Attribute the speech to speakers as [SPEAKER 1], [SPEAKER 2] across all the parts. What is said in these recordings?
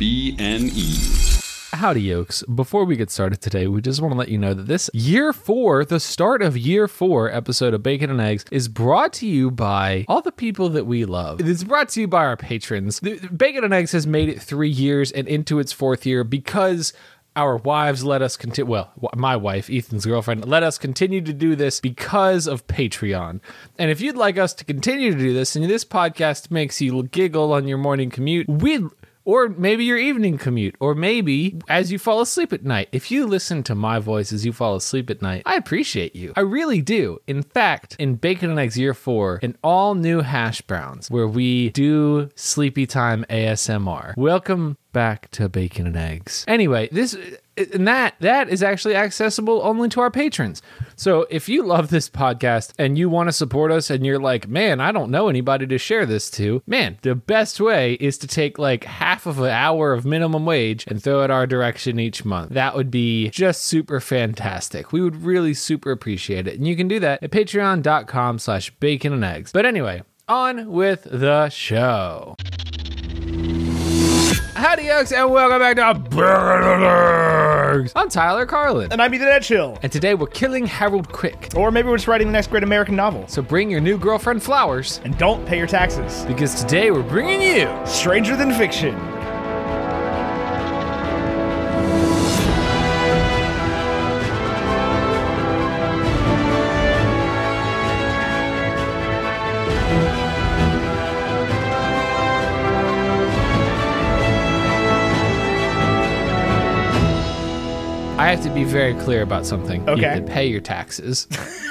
[SPEAKER 1] WBNE.
[SPEAKER 2] Howdy, Yokes. Before we get started today, we just want to let you know that this year four, the start of year four episode of Bacon and Eggs, is brought to you by all the people that we love. It's brought to you by our patrons. The- the Bacon and Eggs has made it three years and into its fourth year because. Our wives let us continue. Well, w- my wife, Ethan's girlfriend, let us continue to do this because of Patreon. And if you'd like us to continue to do this, and this podcast makes you giggle on your morning commute, we or maybe your evening commute, or maybe as you fall asleep at night. If you listen to my voice as you fall asleep at night, I appreciate you. I really do. In fact, in Bacon and Eggs Year 4, an all new hash browns where we do sleepy time ASMR. Welcome back to Bacon and Eggs. Anyway, this and that that is actually accessible only to our patrons. So if you love this podcast and you want to support us and you're like, man, I don't know anybody to share this to, man, the best way is to take like half of an hour of minimum wage and throw it our direction each month. That would be just super fantastic. We would really super appreciate it. And you can do that at patreon.com slash bacon and eggs. But anyway, on with the show. Howdy, Yucks, and welcome back to Burgers. I'm Tyler Carlin.
[SPEAKER 3] And I'm either that chill.
[SPEAKER 2] And today we're killing Harold Quick.
[SPEAKER 3] Or maybe we're just writing the next great American novel.
[SPEAKER 2] So bring your new girlfriend flowers,
[SPEAKER 3] And don't pay your taxes.
[SPEAKER 2] because today we're bringing you.
[SPEAKER 3] Stranger than fiction.
[SPEAKER 2] I have to be very clear about something. You
[SPEAKER 3] Okay.
[SPEAKER 2] have to pay your taxes.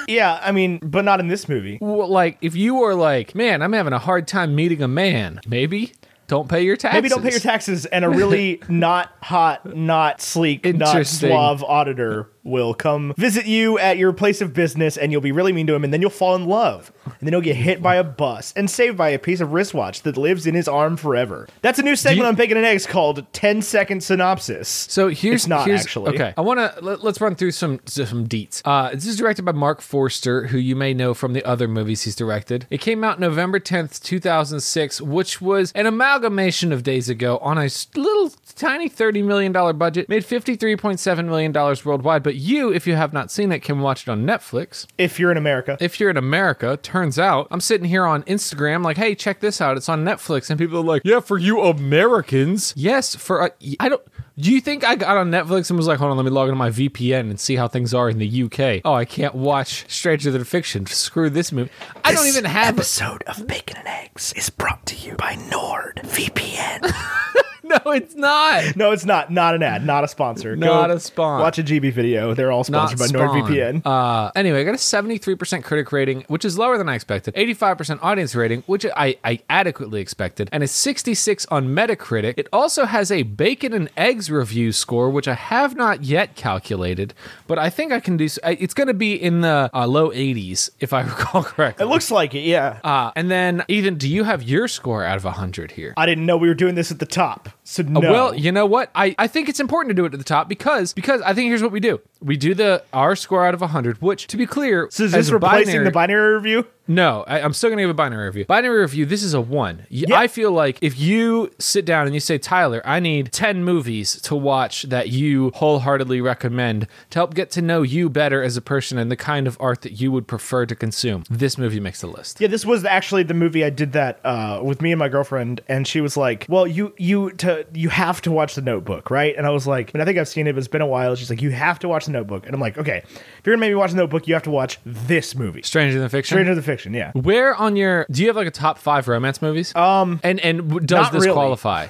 [SPEAKER 3] Yeah, I mean, but not in this movie.
[SPEAKER 2] well, like, if you are like, man, I'm having a hard time meeting a man, maybe don't pay your taxes.
[SPEAKER 3] Maybe don't pay your taxes, and a really not hot, not sleek, not
[SPEAKER 2] Interesting.
[SPEAKER 3] suave auditor will come visit you at your place of business, and you'll be really mean to him, and then you'll fall in love, and then you'll get hit by a bus and saved by a piece of wristwatch that lives in his arm forever. That's a new segment
[SPEAKER 2] you-
[SPEAKER 3] on Bacon and Eggs called 10 Second Synopsis.
[SPEAKER 2] So here's
[SPEAKER 3] It's not,
[SPEAKER 2] here's-
[SPEAKER 3] actually.
[SPEAKER 2] okay. I want to let, us run through some some deets. Uh, this is directed by Mark Forster, who you may know from the other movies he's directed. It came out November tenth, two thousand six, which was an amalgamation of Days Ago on a s- little tiny thirty million dollar budget. Made fifty three point seven million dollars worldwide. But you, if you have not seen it, can watch it on Netflix
[SPEAKER 3] if you're in America.
[SPEAKER 2] if you're in America, turns out I'm sitting here on Instagram, like, hey, check this out. It's on Netflix. And people are like, yeah, for you Americans. Yes, for, uh, I don't, do you think I got on Netflix and was like, hold on, let me log into my VPN and see how things are in the UK? Oh, I can't watch Stranger Than Fiction. Screw this movie. I don't even have it.
[SPEAKER 3] episode of Bacon and Eggs is brought to you by Nord VPN.
[SPEAKER 2] No, it's not.
[SPEAKER 3] no, it's not. Not an ad. Not a sponsor.
[SPEAKER 2] Not a spon.
[SPEAKER 3] Watch a GB video. They're all
[SPEAKER 2] Not
[SPEAKER 3] sponsored by
[SPEAKER 2] Spawn.
[SPEAKER 3] NordVPN.
[SPEAKER 2] Uh, anyway, I got a 73% critic rating, which is lower than I expected, 85% audience rating, which I, I adequately expected, and a 66 on Metacritic. It also has a bacon and eggs review score, which I have not yet calculated, but I think I can do. s- I- It's going to be in the uh, low 80s, if I recall correctly.
[SPEAKER 3] it looks like it. Yeah.
[SPEAKER 2] uh, and then, Ethan, do you have your score out of 100 here?
[SPEAKER 3] I didn't know we were doing this at the top. So no.
[SPEAKER 2] uh, Well, you know what? I, I think it's important to do it at the top because because I think here's what we do. We do the our score out of 100, which to be clear,
[SPEAKER 3] so is
[SPEAKER 2] as
[SPEAKER 3] this
[SPEAKER 2] a
[SPEAKER 3] replacing
[SPEAKER 2] binary-
[SPEAKER 3] the binary review?
[SPEAKER 2] No, I, I'm still gonna give a binary review. Binary review. This is a one. Y- I feel like if you sit down and you say, Tyler, I need ten movies to watch that you wholeheartedly recommend to help get to know you better as a person and the kind of art that you would prefer to consume. This movie makes the list.
[SPEAKER 3] Yeah, this was actually the movie I did that uh, with me and my girlfriend, and she was like, "Well, you you to you have to watch The Notebook, right?" And I was like, "And I think I've seen it, but it's been a while." She's like, "You have to watch The Notebook," and I'm like, "Okay, if you're gonna make me watch The Notebook, you have to watch this movie,
[SPEAKER 2] Stranger than fiction.
[SPEAKER 3] Stranger Than Fiction." Yeah,
[SPEAKER 2] Where on your do you have like a top five romance movies? Um, and and w- does
[SPEAKER 3] not
[SPEAKER 2] this
[SPEAKER 3] really.
[SPEAKER 2] qualify?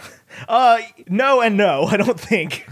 [SPEAKER 3] Uh, no and no. I don't think.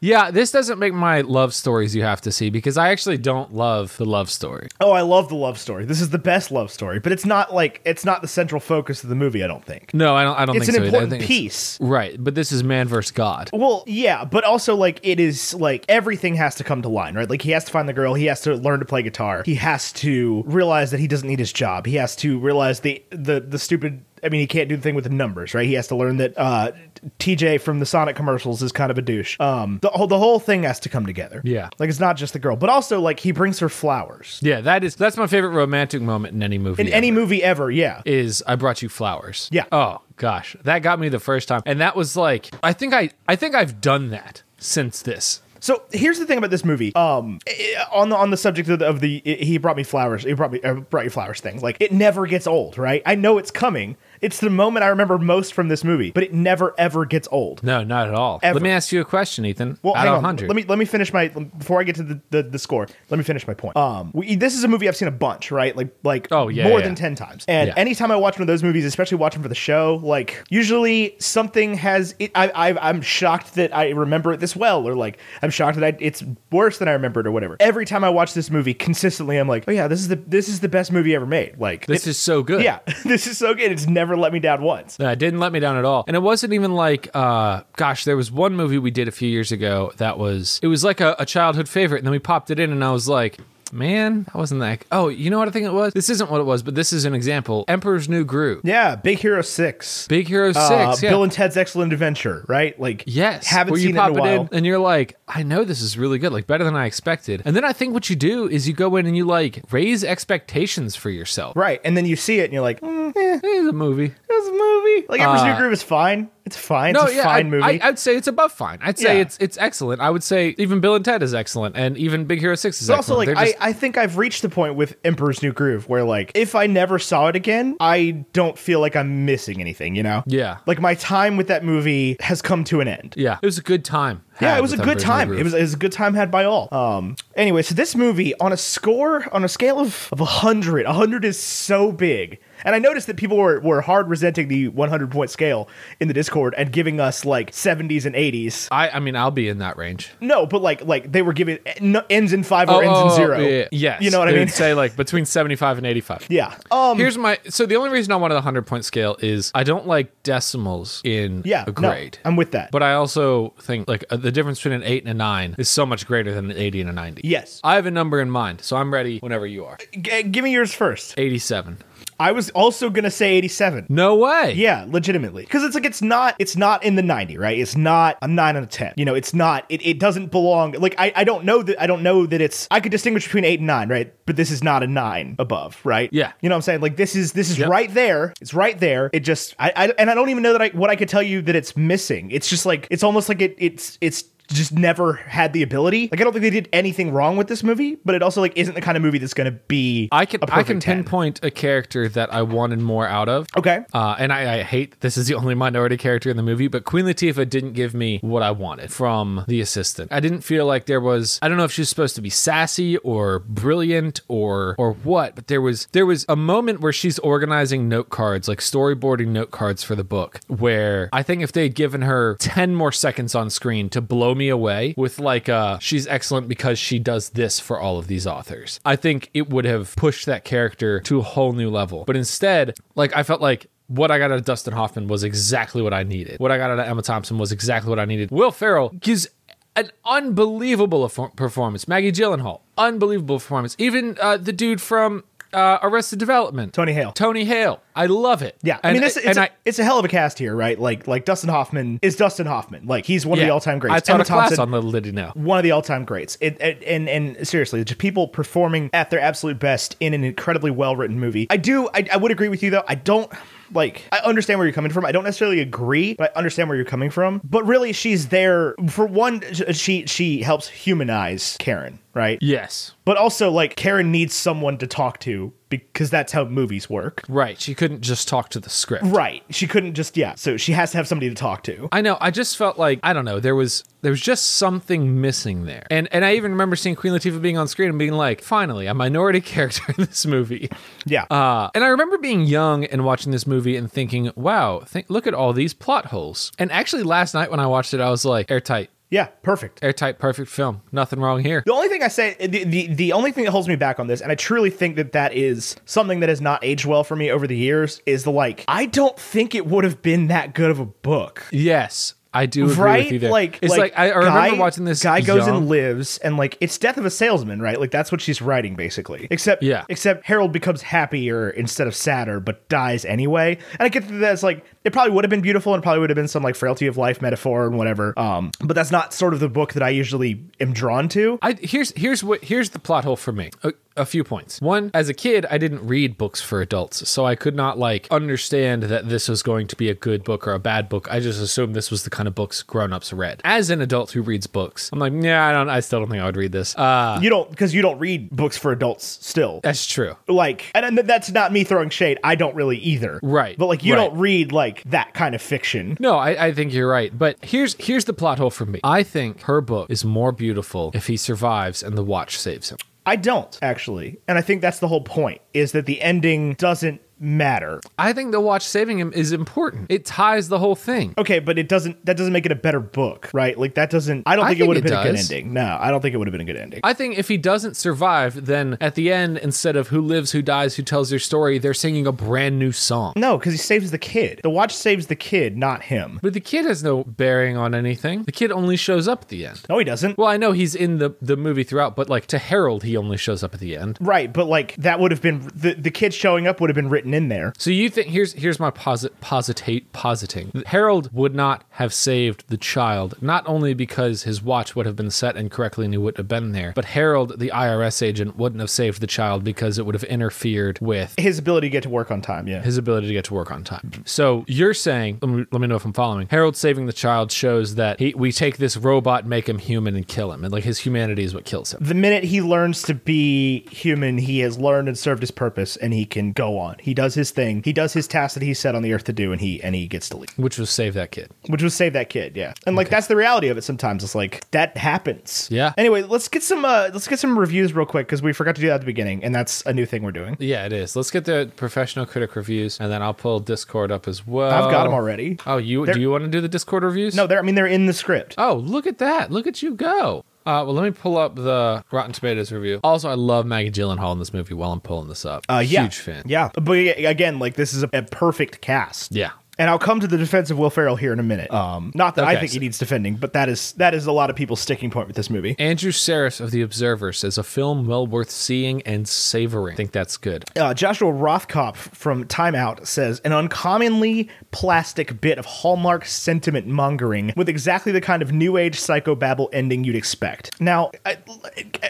[SPEAKER 2] yeah, this doesn't make my love stories you have to see because I actually don't love the love story.
[SPEAKER 3] Oh, I love the love story. This is the best love story, but it's not like it's not the central focus of the movie. I don't think.
[SPEAKER 2] No, I don't. I don't
[SPEAKER 3] It's
[SPEAKER 2] think
[SPEAKER 3] an
[SPEAKER 2] so. either. I
[SPEAKER 3] important
[SPEAKER 2] think it's-
[SPEAKER 3] piece.
[SPEAKER 2] right? But this is man versus God.
[SPEAKER 3] Well, yeah, but also like it is like everything has to come to line, right? Like he has to find the girl, he has to learn to play guitar, he has to realize that he doesn't need his job, he has to realize the the the stupid I mean, he can't do the thing with the numbers, right? He has to learn that uh, TJ from the Sonic commercials is kind of a douche. Um, the whole the whole thing has to come together.
[SPEAKER 2] Yeah.
[SPEAKER 3] like it's not just the girl, but also like he brings her flowers
[SPEAKER 2] Yeah, that is that's my favorite romantic moment in any movie.
[SPEAKER 3] in any
[SPEAKER 2] ever,
[SPEAKER 3] movie ever. Yeah,
[SPEAKER 2] is I brought you flowers.
[SPEAKER 3] Yeah.
[SPEAKER 2] Oh gosh, that got me the first time, and that was like I think I I think I've done that since this.
[SPEAKER 3] So here's the thing about this movie. Um, eh, on the on the subject of the, of the eh, he brought me flowers. He brought me uh, brought you flowers thing. Like it never gets old, right? I know it's coming. It's the moment I remember most from this movie, but it never ever gets old.
[SPEAKER 2] No, not at all.
[SPEAKER 3] Ever.
[SPEAKER 2] Let me ask you a question, Ethan.
[SPEAKER 3] Well,
[SPEAKER 2] Out
[SPEAKER 3] hang
[SPEAKER 2] of
[SPEAKER 3] on.
[SPEAKER 2] 100.
[SPEAKER 3] Let me let me finish my before I get to the, the, the score. Let me finish my point. Um, we, this is a movie I've seen a bunch, right? Like like
[SPEAKER 2] Oh, yeah,
[SPEAKER 3] more
[SPEAKER 2] yeah,
[SPEAKER 3] than
[SPEAKER 2] yeah.
[SPEAKER 3] ten times. And
[SPEAKER 2] Yeah.
[SPEAKER 3] anytime I watch one of those movies, especially watching for the show, like usually something has it. I, I I'm shocked that I remember it this well, or like I'm shocked that I, it's worse than I remembered, or whatever. Every time I watch this movie consistently, I'm like, oh yeah, this is the this is the best movie ever made. Like
[SPEAKER 2] this
[SPEAKER 3] it-
[SPEAKER 2] is so good.
[SPEAKER 3] yeah, this is so good. It's never let me down once.
[SPEAKER 2] No, it didn't let me down at all. And it wasn't even like, uh, gosh, there was one movie we did a few years ago that was, it was like a, a childhood favorite. And then we popped it in and I was like, man, that wasn't that. Oh, you know what I think it was? This isn't what it was, but this is an example. Emperor's New Groove.
[SPEAKER 3] Yeah, Big Hero Six.
[SPEAKER 2] Big Hero 6.
[SPEAKER 3] uh,
[SPEAKER 2] yeah.
[SPEAKER 3] Bill and Ted's Excellent Adventure, right? Like,
[SPEAKER 2] Yes.
[SPEAKER 3] haven't
[SPEAKER 2] where you
[SPEAKER 3] seen it
[SPEAKER 2] pop
[SPEAKER 3] in a while.
[SPEAKER 2] and you're like, I know this is really good, like better than I expected. And then I think what you do is you go in and you like raise expectations for yourself.
[SPEAKER 3] Right, and then you see it, and you're like, mm, eh,
[SPEAKER 2] Eh, the movie.
[SPEAKER 3] it's a movie. Like Emperor's New
[SPEAKER 2] Uh,
[SPEAKER 3] Groove is fine. It's fine.
[SPEAKER 2] No,
[SPEAKER 3] it's a
[SPEAKER 2] yeah,
[SPEAKER 3] fine
[SPEAKER 2] I,
[SPEAKER 3] movie.
[SPEAKER 2] I, would say it's above fine. I'd say
[SPEAKER 3] Yeah.
[SPEAKER 2] it's it's excellent. I would say even Bill and Ted is excellent, and even Big Hero Six is
[SPEAKER 3] but also,
[SPEAKER 2] excellent.
[SPEAKER 3] like,
[SPEAKER 2] They're just-
[SPEAKER 3] I, I think I've reached the point with Emperor's New Groove where, like, if I never saw it again, I don't feel like I'm missing anything, you know?
[SPEAKER 2] Yeah.
[SPEAKER 3] Like, my time with that movie has come to an end.
[SPEAKER 2] yeah, it was a good time.
[SPEAKER 3] Yeah,
[SPEAKER 2] had
[SPEAKER 3] it was a
[SPEAKER 2] with
[SPEAKER 3] good
[SPEAKER 2] Emperor's New
[SPEAKER 3] time.
[SPEAKER 2] Groove.
[SPEAKER 3] It was, it was a good time had by all. Um. Anyway, so this movie on a score on a scale of of hundred, hundred is so big. And I noticed that people were, were hard resenting the 100 point scale in the Discord and giving us like 70s and 80s.
[SPEAKER 2] I, I mean, I'll be in that range. Oh,
[SPEAKER 3] No, but like like they were giving eh, no, ends in five or ends in zero.
[SPEAKER 2] yeah, yeah. Yes, uh,
[SPEAKER 3] you know what I
[SPEAKER 2] they
[SPEAKER 3] mean.
[SPEAKER 2] Would say like between seventy-five and eighty-five.
[SPEAKER 3] yeah. Um.
[SPEAKER 2] Here's my so the only reason I wanted the hundred point scale is I don't like decimals in
[SPEAKER 3] yeah.
[SPEAKER 2] a
[SPEAKER 3] no,
[SPEAKER 2] grade.
[SPEAKER 3] I'm with that.
[SPEAKER 2] But I also think like uh, the difference between an eight and a nine is so much greater than an eighty and a ninety.
[SPEAKER 3] Yes.
[SPEAKER 2] I have a number in mind, so I'm ready whenever you are.
[SPEAKER 3] G- give me yours first.
[SPEAKER 2] Eighty-seven.
[SPEAKER 3] I was also gonna say 87.
[SPEAKER 2] No way.
[SPEAKER 3] Yeah, legitimately. Because it's like it's not it's not in the 90, right? It's not a nine out of ten. You know, it's not it, it doesn't belong like I, I don't know that I don't know that it's I could distinguish between eight and nine, right? But this is not a nine above, right?
[SPEAKER 2] Yeah.
[SPEAKER 3] You know what I'm saying? Like this is this is
[SPEAKER 2] Yep.
[SPEAKER 3] right there. It's right there. It just I, I and I don't even know that I what I could tell you that it's missing. It's just like it's almost like it it's it's just never had the ability. Like I don't think they did anything wrong with this movie, but it also like isn't the kind of movie that's gonna be
[SPEAKER 2] I can
[SPEAKER 3] a
[SPEAKER 2] I
[SPEAKER 3] perfect
[SPEAKER 2] can
[SPEAKER 3] 10.
[SPEAKER 2] pinpoint a character that I wanted more out of.
[SPEAKER 3] Okay.
[SPEAKER 2] Uh, and I, I hate this is the only minority character in the movie, but Queen Latifah didn't give me what I wanted from the assistant. I didn't feel like there was I don't know if she was supposed to be sassy or brilliant or or what, but there was there was a moment where she's organizing note cards, like storyboarding note cards for the book, where I think if they had given her ten more seconds on screen to blow me away with like uh she's excellent because she does this for all of these authors. I think it would have pushed that character to a whole new level. But instead, like I felt like what I got out of Dustin Hoffman was exactly what I needed. What I got out of Emma Thompson was exactly what I needed. Will Ferrell gives an unbelievable affo- performance. Maggie Gyllenhaal, unbelievable performance. Even uh, the dude from uh, Arrested Development,
[SPEAKER 3] Tony Hale.
[SPEAKER 2] Tony Hale, I love it.
[SPEAKER 3] Yeah, I
[SPEAKER 2] and,
[SPEAKER 3] mean, it's, it's,
[SPEAKER 2] and
[SPEAKER 3] a,
[SPEAKER 2] I-
[SPEAKER 3] it's a hell of a cast here, right? Like, like Dustin Hoffman is Dustin Hoffman. Like, he's one of
[SPEAKER 2] yeah.
[SPEAKER 3] the all-time greats.
[SPEAKER 2] I taught
[SPEAKER 3] Emma
[SPEAKER 2] a class
[SPEAKER 3] Thompson,
[SPEAKER 2] on Little Did He Know.
[SPEAKER 3] one of the all-time greats. It, it, and and seriously, just people performing at their absolute best in an incredibly well-written movie. I do. I, I would agree with you though. I don't like. I understand where you're coming from. I don't necessarily agree, but I understand where you're coming from. But really, she's there for one. She she helps humanize Karen, right?
[SPEAKER 2] Yes,
[SPEAKER 3] But also, like, Karen needs someone to talk to because that's how movies work.
[SPEAKER 2] right. She couldn't just talk to the script.
[SPEAKER 3] Right. She couldn't just yeah. So she has to have somebody to talk to.
[SPEAKER 2] I know. I just felt like I don't know. There was there was just something missing there, and and I even remember seeing Queen Latifah being on screen and being like, "Finally, a minority character in this movie."
[SPEAKER 3] Yeah.
[SPEAKER 2] Uh, and I remember being young and watching this movie and thinking, "Wow, think, look at all these plot holes." And actually, last night when I watched it, I was like, "Airtight,
[SPEAKER 3] yeah. Perfect.
[SPEAKER 2] airtight, perfect film. Nothing wrong here."
[SPEAKER 3] The only thing I say, the, the the only thing that holds me back on this, and I truly think that that is something that has not aged well for me over the years, is the like. I don't think it would have been that good of a book.
[SPEAKER 2] Yes. I do agree
[SPEAKER 3] right?
[SPEAKER 2] with you there.
[SPEAKER 3] Like,
[SPEAKER 2] it's like, I, I remember
[SPEAKER 3] guy-
[SPEAKER 2] watching this.
[SPEAKER 3] Guy goes
[SPEAKER 2] young-
[SPEAKER 3] and lives, and like it's death of a salesman, right? Like that's what she's writing basically. Except,
[SPEAKER 2] Yeah.
[SPEAKER 3] Except Harold becomes happier instead of sadder, but dies anyway. And I get that that's like it probably would have been beautiful, and probably would have been some like frailty of life metaphor and whatever. Um, but that's not sort of the book that I usually am drawn to.
[SPEAKER 2] I here's here's what here's the plot hole for me. A, a few points. One, as a kid, I didn't read books for adults, so I could not like understand that this was going to be a good book or a bad book. I just assumed this was the kind of books grown-ups read. As an adult who reads books, I'm like, yeah, I don't. I still don't think I would read this. Uh,
[SPEAKER 3] you don't because you don't read books for adults still.
[SPEAKER 2] that's true.
[SPEAKER 3] like and th- that's not me throwing shade i don't really either
[SPEAKER 2] Right,
[SPEAKER 3] but like you
[SPEAKER 2] right.
[SPEAKER 3] don't read like that kind of fiction
[SPEAKER 2] No, I, I think you're right. But here's here's the plot hole for me. I think her book is more beautiful if he survives and the watch saves him.
[SPEAKER 3] i don't actually and i think that's the whole point is that the ending doesn't matter
[SPEAKER 2] I think the watch saving him is important. It ties the whole thing.
[SPEAKER 3] okay but it doesn't that doesn't make it a better book right like that doesn't i don't
[SPEAKER 2] I
[SPEAKER 3] think, it
[SPEAKER 2] think
[SPEAKER 3] would have
[SPEAKER 2] it
[SPEAKER 3] been a good
[SPEAKER 2] does.
[SPEAKER 3] ending no i don't think it would have been a good ending
[SPEAKER 2] I think if he doesn't survive, then at the end, instead of who lives, who dies, who tells their story, they're singing a brand new song.
[SPEAKER 3] no because he saves the kid the watch saves the kid not him
[SPEAKER 2] But the kid has no bearing on anything. The kid only shows up at the end.
[SPEAKER 3] no he doesn't
[SPEAKER 2] Well, I know he's in the, the movie throughout, but like to Harold, he only shows up at the end.
[SPEAKER 3] right but like that would have been the, the kid showing up would have been written in there
[SPEAKER 2] So you think here's here's my posit positate positing. Harold would not have saved the child, not only because his watch would have been set incorrectly and he wouldn't have been there, but Harold, the IRS agent, wouldn't have saved the child because it would have interfered with
[SPEAKER 3] his ability to get to work on time yeah
[SPEAKER 2] his ability to get to work on time. So you're saying, let me, let me know if I'm following. Harold saving the child shows that he, we take this robot, make him human, and kill him, and like his humanity is what kills him.
[SPEAKER 3] the minute he learns to be human, he has learned and served his purpose, and he can go on. He does his thing. He does his task that he's set on the earth to do, and he and he gets to leave,
[SPEAKER 2] Which was save that kid.
[SPEAKER 3] which was save that kid. Yeah, and like that's the reality of it. Sometimes it's like that happens.
[SPEAKER 2] Yeah.
[SPEAKER 3] Anyway, let's get some uh let's get some reviews real quick because we forgot to do that at the beginning, and that's a new thing we're doing.
[SPEAKER 2] Yeah, it is. Let's get the professional critic reviews, and then I'll pull Discord up as well.
[SPEAKER 3] I've got them already.
[SPEAKER 2] Oh, you do you want to do the Discord reviews?
[SPEAKER 3] No, they're I mean they're in the script.
[SPEAKER 2] Oh, look at that! Look at you go. Uh, well, let me pull up the Rotten Tomatoes review. Also, I love Maggie Gyllenhaal in this movie. While I'm pulling this up,
[SPEAKER 3] Uh, yeah.
[SPEAKER 2] huge fan.
[SPEAKER 3] Yeah, but yeah, again, like this is a, a perfect cast.
[SPEAKER 2] yeah.
[SPEAKER 3] And I'll come to the defense of Will Ferrell here in a minute. Um, not that I
[SPEAKER 2] Okay,
[SPEAKER 3] think he
[SPEAKER 2] so-
[SPEAKER 3] needs defending, but that is that is a lot of people's sticking point with this movie.
[SPEAKER 2] Andrew Saris of The Observer says a film well worth seeing and savoring. I think that's good.
[SPEAKER 3] Uh, Joshua Rothkopf from Time Out says an uncommonly plastic bit of hallmark sentiment mongering with exactly the kind of new age psychobabble ending you'd expect. Now, I,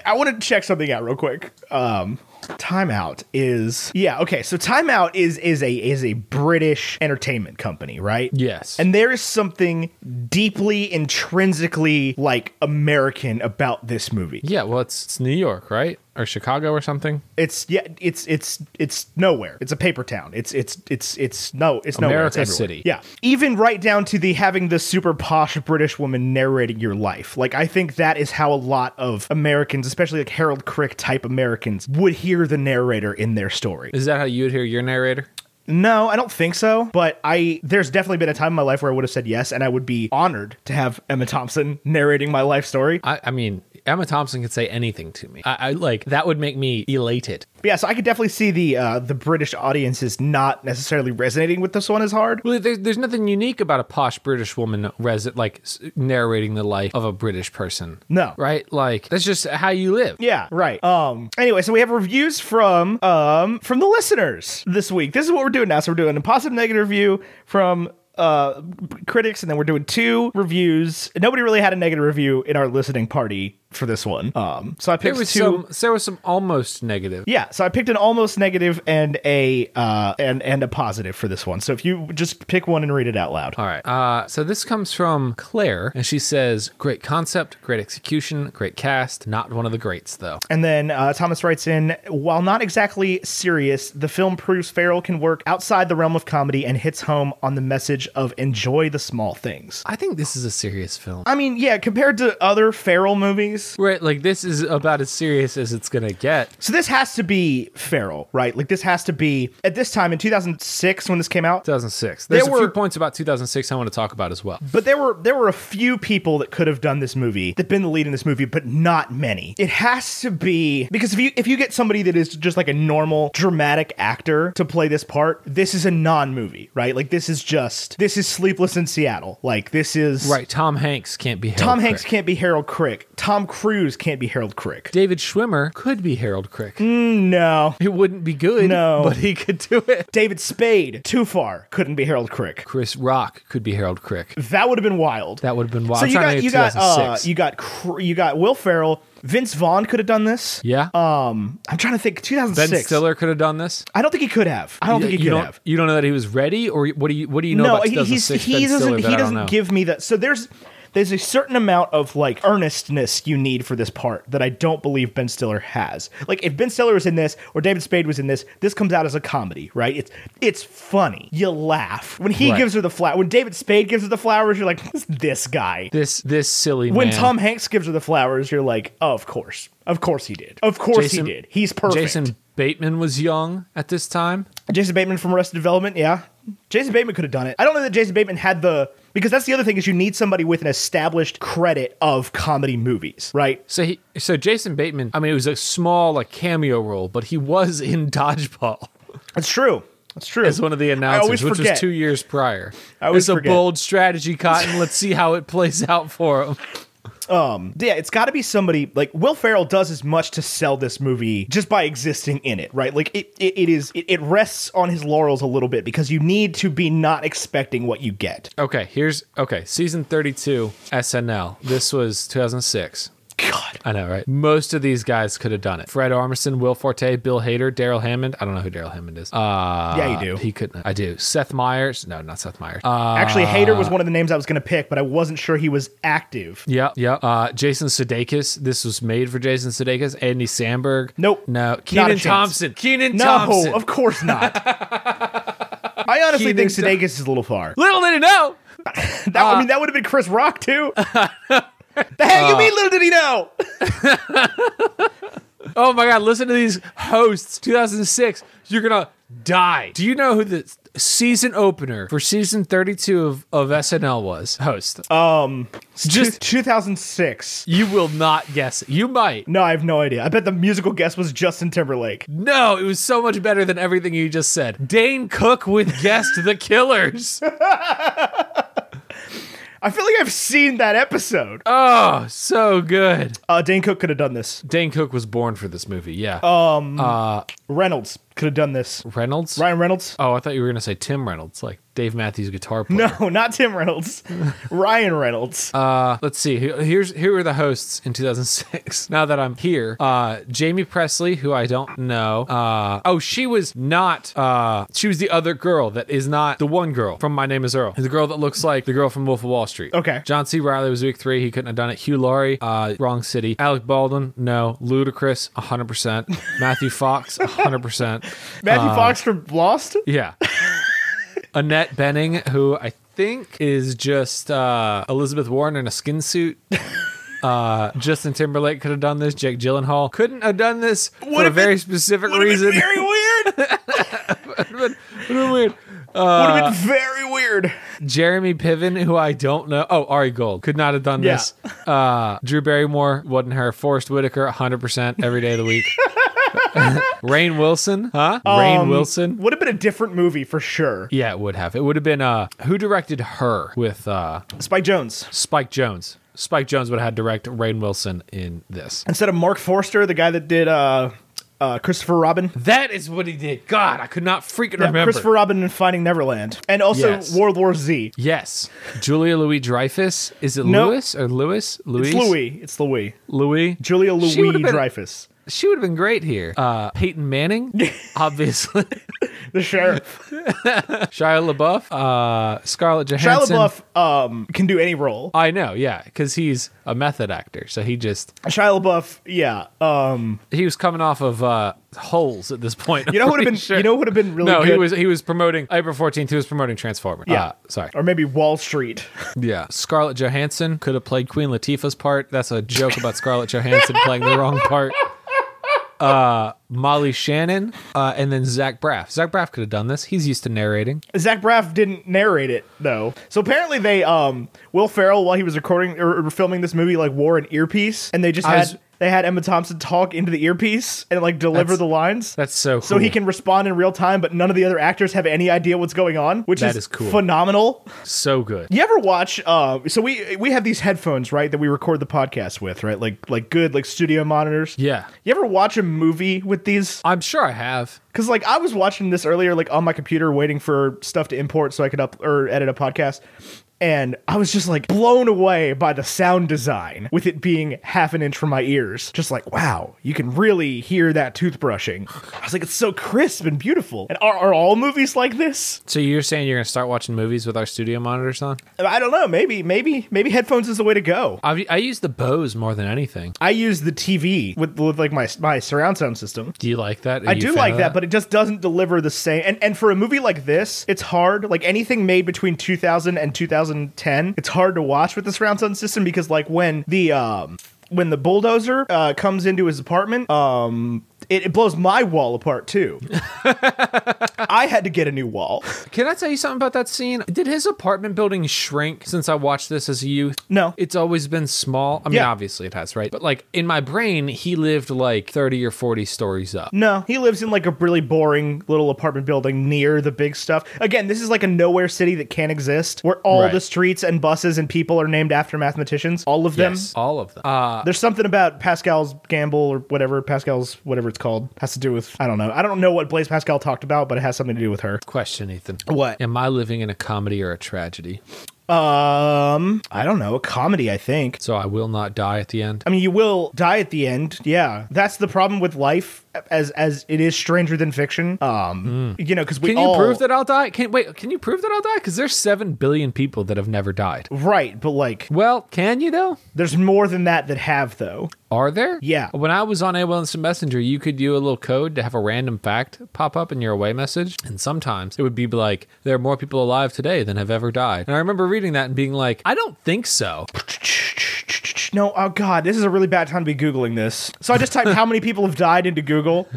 [SPEAKER 3] I want to check something out real quick. Um, Time Out is yeah okay. So Time Out is is a is a British entertainment company, right?
[SPEAKER 2] Yes.
[SPEAKER 3] And there is something deeply intrinsically like American about this movie.
[SPEAKER 2] Yeah, well, it's, it's New York, right, or Chicago, or something.
[SPEAKER 3] It's yeah, it's it's it's nowhere. It's a paper town. It's it's it's it's no, it's nowhere.
[SPEAKER 2] America
[SPEAKER 3] it's everywhere.
[SPEAKER 2] City.
[SPEAKER 3] Yeah, even right down to the having the super posh British woman narrating your life. Like I think that is how a lot of Americans, especially like Harold Crick type Americans, would hear the narrator in their story.
[SPEAKER 2] Is that how you would hear your narrator?
[SPEAKER 3] No, I don't think so. But I there's definitely been a time in my life where I would have said yes, and I would be honored to have Emma Thompson narrating my life story.
[SPEAKER 2] I, I mean, Emma Thompson could say anything to me. I, I like that would make me elated.
[SPEAKER 3] But yeah, so I could definitely see the uh, the British audiences not necessarily resonating with this one as hard.
[SPEAKER 2] Well, there's, there's nothing unique about a posh British woman resident like s- narrating the life of a British person.
[SPEAKER 3] No.
[SPEAKER 2] right? Like that's just how you live.
[SPEAKER 3] Yeah, right. Um anyway, so we have reviews from um from the listeners this week. This is what we're doing now. So we're doing a positive negative review from uh b- critics and then we're doing two reviews. Nobody really had a negative review in our listening party for this one. Um so I
[SPEAKER 2] There
[SPEAKER 3] picked
[SPEAKER 2] was
[SPEAKER 3] two
[SPEAKER 2] some. There was some almost negative.
[SPEAKER 3] Yeah, so I picked an almost negative and a uh and and a positive for this one. So if you just pick one and read it out loud.
[SPEAKER 2] All right. Uh, so this comes from Claire, and she says, "Great concept, great execution, great cast. Not one of the greats, though."
[SPEAKER 3] And then uh, Thomas writes in, while not exactly serious, the film proves Farrell can work outside the realm of comedy and hits home on the message of enjoy the small things.
[SPEAKER 2] I think this is a serious film.
[SPEAKER 3] I mean, yeah, compared to other Farrell movies, this
[SPEAKER 2] Right, like this is about as serious as it's gonna get.
[SPEAKER 3] so this has to be feral, right? Like this has to be at this time in 2006 when this came out.
[SPEAKER 2] 2006. There's a few
[SPEAKER 3] were-
[SPEAKER 2] points about 2006 I want to talk about as well.
[SPEAKER 3] But there were there were a few people that could have done this movie that been the lead in this movie, but not many. It has to be because if you if you get somebody that is just like a normal dramatic actor to play this part, this is a non-movie, right? Like this is just this is Sleepless in Seattle. Like this is
[SPEAKER 2] Right, Tom Hanks can't be Harold
[SPEAKER 3] Tom Hanks
[SPEAKER 2] Crick.
[SPEAKER 3] can't be Harold Crick. Tom Cruise can't be Harold Crick.
[SPEAKER 2] David Schwimmer could be Harold Crick.
[SPEAKER 3] No.
[SPEAKER 2] It wouldn't be good,
[SPEAKER 3] Mm. No.
[SPEAKER 2] but he could do it.
[SPEAKER 3] David Spade, too far, couldn't be Harold Crick.
[SPEAKER 2] Chris Rock could be Harold Crick.
[SPEAKER 3] That would have been wild.
[SPEAKER 2] That would have been wild.
[SPEAKER 3] So
[SPEAKER 2] I'm
[SPEAKER 3] you
[SPEAKER 2] trying to
[SPEAKER 3] got
[SPEAKER 2] think
[SPEAKER 3] you
[SPEAKER 2] of
[SPEAKER 3] got uh,
[SPEAKER 2] 2006.
[SPEAKER 3] you got Cr- you got Will Ferrell. Vince Vaughn could have done this.
[SPEAKER 2] yeah,
[SPEAKER 3] Um, I'm trying to think.
[SPEAKER 2] Ben
[SPEAKER 3] 2006.
[SPEAKER 2] Stiller could have done this.
[SPEAKER 3] I don't think he could have. I don't
[SPEAKER 2] You-
[SPEAKER 3] think he
[SPEAKER 2] you
[SPEAKER 3] could
[SPEAKER 2] don't,
[SPEAKER 3] have.
[SPEAKER 2] You don't know that he was ready, or what do you what do you know
[SPEAKER 3] No,
[SPEAKER 2] about
[SPEAKER 3] he, he's,
[SPEAKER 2] 2006?
[SPEAKER 3] he
[SPEAKER 2] ben Stiller
[SPEAKER 3] doesn't.
[SPEAKER 2] that I
[SPEAKER 3] He
[SPEAKER 2] don't
[SPEAKER 3] doesn't
[SPEAKER 2] know?
[SPEAKER 3] give me that. So there's there's a certain amount of like earnestness you need for this part that I don't believe Ben Stiller has. Like if Ben Stiller was in this or David Spade was in this, this comes out as a comedy, right? It's it's funny. You laugh when he
[SPEAKER 2] Right.
[SPEAKER 3] gives her the flower. When David Spade gives her the flowers, you're like, "Who's this guy.
[SPEAKER 2] this this silly
[SPEAKER 3] When
[SPEAKER 2] man.
[SPEAKER 3] Tom Hanks gives her the flowers, you're like, oh, of course. Of course he did. Of course
[SPEAKER 2] Jason-
[SPEAKER 3] he did. He's perfect.
[SPEAKER 2] Jason Bateman was young at this time.
[SPEAKER 3] Jason Bateman from Arrested Development, yeah. Jason Bateman could have done it. I don't know that Jason Bateman had the because that's the other thing is you need somebody with an established credit of comedy movies, right?
[SPEAKER 2] So he, so Jason Bateman. I mean, it was a small like cameo role, but he was in Dodgeball
[SPEAKER 3] That's true. That's true.
[SPEAKER 2] as one of the
[SPEAKER 3] always
[SPEAKER 2] announcers, which
[SPEAKER 3] forget.
[SPEAKER 2] was two years prior.
[SPEAKER 3] I always
[SPEAKER 2] it's a
[SPEAKER 3] forget.
[SPEAKER 2] bold strategy, Cotton. Let's see how it plays out for him.
[SPEAKER 3] yeah, it's got to be somebody like Will Ferrell does as much to sell this movie just by existing in it, right? Like it, it, it is it, it rests on his laurels a little bit because you need to be not expecting what you get.
[SPEAKER 2] Okay, here's okay. Season thirty-two SNL. This was two thousand six.
[SPEAKER 3] God,
[SPEAKER 2] I know, right? Most of these guys could have done it. Fred Armisen, Will Forte, Bill Hader, Daryl Hammond. I don't know who Daryl Hammond is. Uh,
[SPEAKER 3] Yeah, you do.
[SPEAKER 2] He couldn't. I do. Seth Meyers. No, not Seth Meyers. Uh,
[SPEAKER 3] actually, Hader was one of the names I was going to pick, but I wasn't sure he was active.
[SPEAKER 2] Yeah, yeah. Uh, Jason Sudeikis. This was made for Jason Sudeikis. Andy Samberg.
[SPEAKER 3] Nope.
[SPEAKER 2] No.
[SPEAKER 3] Not a
[SPEAKER 2] Keenan
[SPEAKER 3] chance.
[SPEAKER 2] Thompson. Keenan
[SPEAKER 3] No,
[SPEAKER 2] Thompson.
[SPEAKER 3] of course not. I honestly
[SPEAKER 2] Keenan
[SPEAKER 3] think Sudeikis is a little far.
[SPEAKER 2] Little did he know.
[SPEAKER 3] That,
[SPEAKER 2] uh,
[SPEAKER 3] I mean, that would have been Chris Rock too. the hell you mean? Little did he know?
[SPEAKER 2] Oh my God! Listen to these hosts. 2006. You're gonna die. Do you know who the season opener for season 32 of, of SNL was? Host.
[SPEAKER 3] Uh, Just 2006.
[SPEAKER 2] you will not guess. It. You might.
[SPEAKER 3] No, I have no idea. I bet the musical guest was Justin Timberlake.
[SPEAKER 2] No, it was so much better than everything you just said. Dane Cook with guest the Killers.
[SPEAKER 3] I feel like I've seen that episode.
[SPEAKER 2] Oh, so good.
[SPEAKER 3] Uh, Dane Cook could have done this.
[SPEAKER 2] Dane Cook was born for this movie. Yeah.
[SPEAKER 3] Reynolds could have done this.
[SPEAKER 2] Reynolds?
[SPEAKER 3] Ryan Reynolds.
[SPEAKER 2] Oh, I thought you were going to say Tim Reynolds, like Dave Matthews guitar player.
[SPEAKER 3] No, not Tim Reynolds. Ryan Reynolds.
[SPEAKER 2] Uh, let's see. Here- Here's here are the hosts in 2006. Now that I'm here, uh, Jamie Presley, who I don't know. Uh, oh, she was not. Uh, she was the other girl that is not the one girl from My Name Is Earl. The girl that looks like the girl from Wolf of Wall Street.
[SPEAKER 3] Okay.
[SPEAKER 2] John C. Riley was week three. He couldn't have done it. Hugh Laurie, uh, wrong city. Alec Baldwin, no. Ludacris, 100. percent Matthew Fox, 100. percent
[SPEAKER 3] Matthew
[SPEAKER 2] uh,
[SPEAKER 3] Fox from Lost.
[SPEAKER 2] Yeah. Annette Benning, who I think is just uh, Elizabeth Warren in a skin suit. Uh, Justin Timberlake could have done this. Jake Gyllenhaal couldn't have done this for a
[SPEAKER 3] have been-
[SPEAKER 2] very specific
[SPEAKER 3] Would have
[SPEAKER 2] reason.
[SPEAKER 3] been very weird. Would
[SPEAKER 2] Weird. Uh,
[SPEAKER 3] have been very weird.
[SPEAKER 2] Jeremy Piven, who I don't know. Oh, Ari Gold could not have done
[SPEAKER 3] Yeah.
[SPEAKER 2] this. Uh, Drew Barrymore wasn't her. Forrest Whitaker, 100% every day of the week. Rain Wilson, huh? Rain
[SPEAKER 3] Um,
[SPEAKER 2] Wilson.
[SPEAKER 3] Would have been a different movie for sure.
[SPEAKER 2] Yeah, it would have. It would have been uh, who directed her with uh,
[SPEAKER 3] Spike Jones.
[SPEAKER 2] Spike Jones. Spike Jones would have had to direct Rain Wilson in this.
[SPEAKER 3] Instead of Mark Forster, the guy that did uh, uh, Christopher Robin.
[SPEAKER 2] That is what he did. God, I could not freaking
[SPEAKER 3] Yeah,
[SPEAKER 2] remember.
[SPEAKER 3] Christopher Robin and Finding Neverland. And also
[SPEAKER 2] Yes.
[SPEAKER 3] World War Z.
[SPEAKER 2] yes, Julia Louis Dreyfus. Is it
[SPEAKER 3] No.
[SPEAKER 2] Lewis or Lewis? Louis.
[SPEAKER 3] It's Louis. It's Louis.
[SPEAKER 2] Louis.
[SPEAKER 3] Julia
[SPEAKER 2] She
[SPEAKER 3] Louis
[SPEAKER 2] would've been-
[SPEAKER 3] Dreyfus.
[SPEAKER 2] She would have been great here. Uh, Peyton Manning, obviously.
[SPEAKER 3] The sheriff.
[SPEAKER 2] Shia LaBeouf, uh, Scarlett
[SPEAKER 3] Shia
[SPEAKER 2] Johansson.
[SPEAKER 3] LaBeouf um, can do any role.
[SPEAKER 2] I know, yeah, because he's a method actor, so he just
[SPEAKER 3] Shia LaBeouf, yeah. Um,
[SPEAKER 2] he was coming off of uh, holes at this point.
[SPEAKER 3] you know what would have been you know what would have been really
[SPEAKER 2] no,
[SPEAKER 3] good?
[SPEAKER 2] he was he was promoting April fourteenth. He was promoting Transformers.
[SPEAKER 3] Yeah.
[SPEAKER 2] uh, sorry.
[SPEAKER 3] or maybe Wall Street.
[SPEAKER 2] Yeah, Scarlett Johansson could have played Queen Latifah's part. That's a joke about Scarlett Johansson playing the wrong part. Uh, Molly Shannon, uh, and then Zach Braff. Zach Braff could have done this. He's used to narrating.
[SPEAKER 3] Zach Braff didn't narrate it though. So apparently they um Will Ferrell while he was recording or or filming this movie like wore an earpiece and they just
[SPEAKER 2] I
[SPEAKER 3] had
[SPEAKER 2] was-
[SPEAKER 3] they had Emma Thompson talk into the earpiece and like deliver
[SPEAKER 2] That's-
[SPEAKER 3] the lines.
[SPEAKER 2] That's so. Cool.
[SPEAKER 3] so he can respond in real time, but none of the other actors have any idea what's going on, which
[SPEAKER 2] That
[SPEAKER 3] is
[SPEAKER 2] is cool.
[SPEAKER 3] phenomenal.
[SPEAKER 2] so good.
[SPEAKER 3] You ever watch? Uh, so we we have these headphones, right, that we record the podcast with, right? Like like good like studio monitors.
[SPEAKER 2] Yeah,
[SPEAKER 3] You ever watch a movie with these?
[SPEAKER 2] I'm sure I have.
[SPEAKER 3] Because like I was watching this earlier, like on my computer, waiting for stuff to import so I could up or edit a podcast. And I was just like blown away by the sound design with it being half an inch from my ears. Just like, wow, you can really hear that toothbrushing. I was like, it's so crisp and beautiful. And are, are all movies like this?
[SPEAKER 2] So you're saying you're gonna start watching movies with our studio monitors on?
[SPEAKER 3] I don't know. Maybe, maybe, maybe headphones is the way to go.
[SPEAKER 2] I, I use the Bose more than anything.
[SPEAKER 3] I use the TV with, with like my, my surround sound system.
[SPEAKER 2] Do you like that? Are
[SPEAKER 3] I
[SPEAKER 2] you a
[SPEAKER 3] do
[SPEAKER 2] fan
[SPEAKER 3] like
[SPEAKER 2] of
[SPEAKER 3] that, but it just doesn't deliver the same. And and for a movie like this, it's hard. Like anything made between 2000 and 2010, it's hard to watch with the surround sound system because like when the um when the bulldozer uh, comes into his apartment, um it, it blows my wall apart too. I had to get a new wall.
[SPEAKER 2] Can I tell you something about that scene? Did his apartment building shrink since I watched this as a youth?
[SPEAKER 3] No.
[SPEAKER 2] It's always been small. I mean,
[SPEAKER 3] Yeah.
[SPEAKER 2] obviously it has, right? But like in my brain, he lived like 30 or 40 stories up.
[SPEAKER 3] No, he lives in like a really boring little apartment building near the big stuff. Again, this is like a nowhere city that can't exist, where all
[SPEAKER 2] Right.
[SPEAKER 3] the streets and buses and people are named after mathematicians. All of them.
[SPEAKER 2] Yes, all of them. Uh,
[SPEAKER 3] There's something about Pascal's gamble or whatever Pascal's whatever it's called has to do with I don't know. I don't know what Blaise Pascal talked about, but it has something to do with her.
[SPEAKER 2] question, Ethan.
[SPEAKER 3] What?
[SPEAKER 2] Am I living in a comedy or a tragedy?
[SPEAKER 3] Um, I don't know. A comedy, I think.
[SPEAKER 2] So I will not die at the end.
[SPEAKER 3] I mean, you will die at the end. Yeah, that's the problem with life as as it is stranger than fiction. Um, you know, because we
[SPEAKER 2] Hmm. Can you
[SPEAKER 3] all
[SPEAKER 2] prove that I'll die? Can wait? Can you prove that I'll die? Because there's seven billion people that have never died.
[SPEAKER 3] right, but like
[SPEAKER 2] Well, can you though?
[SPEAKER 3] there's more than that that have though.
[SPEAKER 2] Are there?
[SPEAKER 3] Yeah.
[SPEAKER 2] When I was on AOL Instant Messenger, you could do a little code to have a random fact pop up in your away message. And sometimes it would be like, there are more people alive today than have ever died. And I remember reading that and being like, I don't think so.
[SPEAKER 3] No, oh god, this is a really bad time to be googling this. So I just typed how many people have died into Google.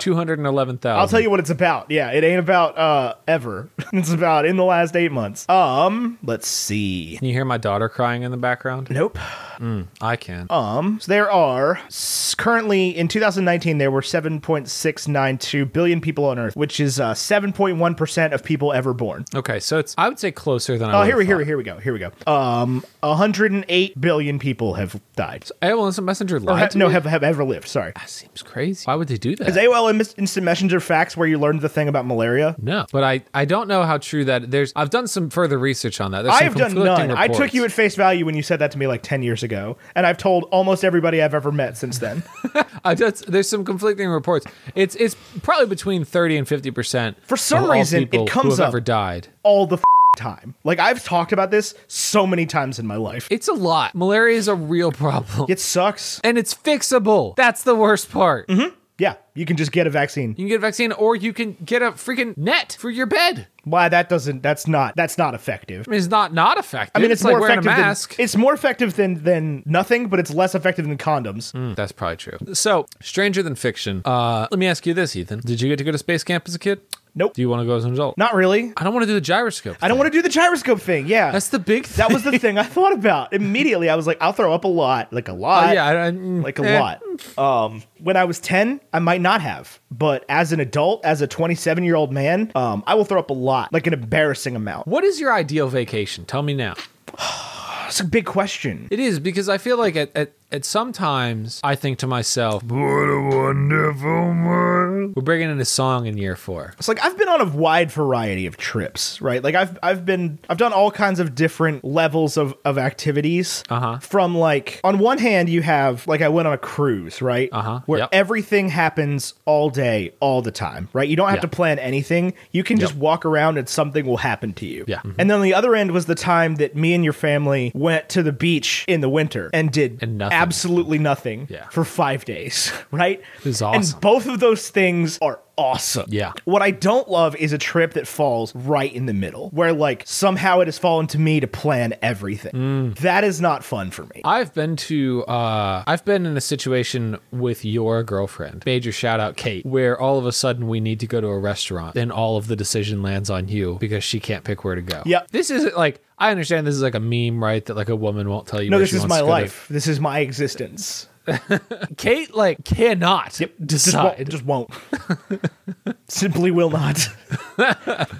[SPEAKER 2] 211,000.
[SPEAKER 3] Uh, I'll tell you what it's about. Yeah, it ain't about uh ever. It's about in the last eight months. Um, let's see.
[SPEAKER 2] Can you hear my daughter crying in the background?
[SPEAKER 3] Nope.
[SPEAKER 2] I can.
[SPEAKER 3] Um, so there are s- currently in 2019 there were 7.692 billion people on Earth, which is uh 7.1 percent of people ever born.
[SPEAKER 2] Okay, so it's, I would say closer than I
[SPEAKER 3] Oh,
[SPEAKER 2] would've
[SPEAKER 3] here we here we
[SPEAKER 2] thought.
[SPEAKER 3] here we go. Here we go. Um, 108 billion people have died.
[SPEAKER 2] AOL Instant Messenger
[SPEAKER 3] Or
[SPEAKER 2] lied
[SPEAKER 3] ha-
[SPEAKER 2] to
[SPEAKER 3] no,
[SPEAKER 2] me?
[SPEAKER 3] have have ever lived. Sorry.
[SPEAKER 2] That seems crazy. Why would they do that?
[SPEAKER 3] Is AOL Inst- Instant Messenger facts where you learned the thing about malaria?
[SPEAKER 2] no, but I, I don't know how true that. There's I've done some further research on that. There's
[SPEAKER 3] I
[SPEAKER 2] some
[SPEAKER 3] have done
[SPEAKER 2] conflicting
[SPEAKER 3] none. I took
[SPEAKER 2] reports.
[SPEAKER 3] you at face value when you said that to me like 10 years ago, and I've told almost everybody I've ever met since then.
[SPEAKER 2] I just, there's some conflicting reports. It's it's probably between thirty and fifty percent.
[SPEAKER 3] For some
[SPEAKER 2] of all
[SPEAKER 3] reason, it
[SPEAKER 2] people who
[SPEAKER 3] comes
[SPEAKER 2] have
[SPEAKER 3] up.
[SPEAKER 2] ever died.
[SPEAKER 3] All the f- time. Like, I've talked about this so many times in my life.
[SPEAKER 2] It's a lot. Malaria is a real problem,
[SPEAKER 3] It sucks.
[SPEAKER 2] and it's fixable. That's the worst part.
[SPEAKER 3] Mm-hmm.
[SPEAKER 2] You
[SPEAKER 3] Yeah, you can just get a vaccine.
[SPEAKER 2] can get a vaccine, or you can get a freaking net for your bed.
[SPEAKER 3] Why that doesn't that's not that's not effective.
[SPEAKER 2] I mean, it's not not effective.
[SPEAKER 3] I mean, it's,
[SPEAKER 2] like
[SPEAKER 3] more
[SPEAKER 2] wearing a
[SPEAKER 3] effective
[SPEAKER 2] mask.
[SPEAKER 3] than it's more effective than than nothing, but it's less effective than condoms.
[SPEAKER 2] Mm, That's probably true. So, stranger than fiction. Uh, let me ask you this, Ethan: Did you get to go to space camp as a kid?
[SPEAKER 3] Nope.
[SPEAKER 2] Do you want to go as an adult?
[SPEAKER 3] Not really.
[SPEAKER 2] I don't want to do the gyroscope.
[SPEAKER 3] I don't want to do the gyroscope thing. Yeah.
[SPEAKER 2] That's the big. Thing.
[SPEAKER 3] that was the thing I thought about. Immediately I was like, I'll throw up a lot, like a lot.
[SPEAKER 2] Oh, yeah, I, I, mm,
[SPEAKER 3] like a
[SPEAKER 2] eh.
[SPEAKER 3] lot. Um, when I was 10, I might not have, but as an adult, as a 27 year old man, um, I will throw up a lot, like an embarrassing amount.
[SPEAKER 2] What is your ideal vacation? Tell me now.
[SPEAKER 3] That's a big question.
[SPEAKER 2] It is because I feel like at, at, at sometimes I think to myself,
[SPEAKER 3] What a wonderful world.
[SPEAKER 2] we're bringing in a song in year four.
[SPEAKER 3] It's like I've been on a wide variety of trips, right? Like I've I've been I've done all kinds of different levels of of activities.
[SPEAKER 2] Uh-huh.
[SPEAKER 3] From like on one hand you have like I went on a cruise, right?
[SPEAKER 2] Uh-huh.
[SPEAKER 3] Where
[SPEAKER 2] Yep.
[SPEAKER 3] everything happens all day, all the time, right? You don't have
[SPEAKER 2] Yeah.
[SPEAKER 3] to plan anything. You can just
[SPEAKER 2] Yep.
[SPEAKER 3] walk around and something will happen to you.
[SPEAKER 2] Yeah. Mhm.
[SPEAKER 3] And then the other end was the time that me and your family went to the beach in the winter and did
[SPEAKER 2] And nothing.
[SPEAKER 3] absolutely nothing
[SPEAKER 2] Yeah.
[SPEAKER 3] for 5 days, right?
[SPEAKER 2] It was
[SPEAKER 3] And
[SPEAKER 2] awesome.
[SPEAKER 3] both of those things are awesome.
[SPEAKER 2] Yeah.
[SPEAKER 3] What I don't love is a trip that falls right in the middle, where like somehow it has fallen to me to plan everything.
[SPEAKER 2] Mm.
[SPEAKER 3] That is not fun for me.
[SPEAKER 2] I've been to uh I've been in a situation with your girlfriend. Major shout out Kate, where all of a sudden we need to go to a restaurant and all of the decision lands on you because she can't pick where to go.
[SPEAKER 3] Yep.
[SPEAKER 2] This isn't like I understand this is like a meme, right? That like a woman won't tell you.
[SPEAKER 3] no,
[SPEAKER 2] where
[SPEAKER 3] this
[SPEAKER 2] she
[SPEAKER 3] is
[SPEAKER 2] wants
[SPEAKER 3] my
[SPEAKER 2] to go to-
[SPEAKER 3] life. This is my existence.
[SPEAKER 2] Kate like cannot
[SPEAKER 3] Just won't.
[SPEAKER 2] decide.
[SPEAKER 3] Just won't. Simply will not.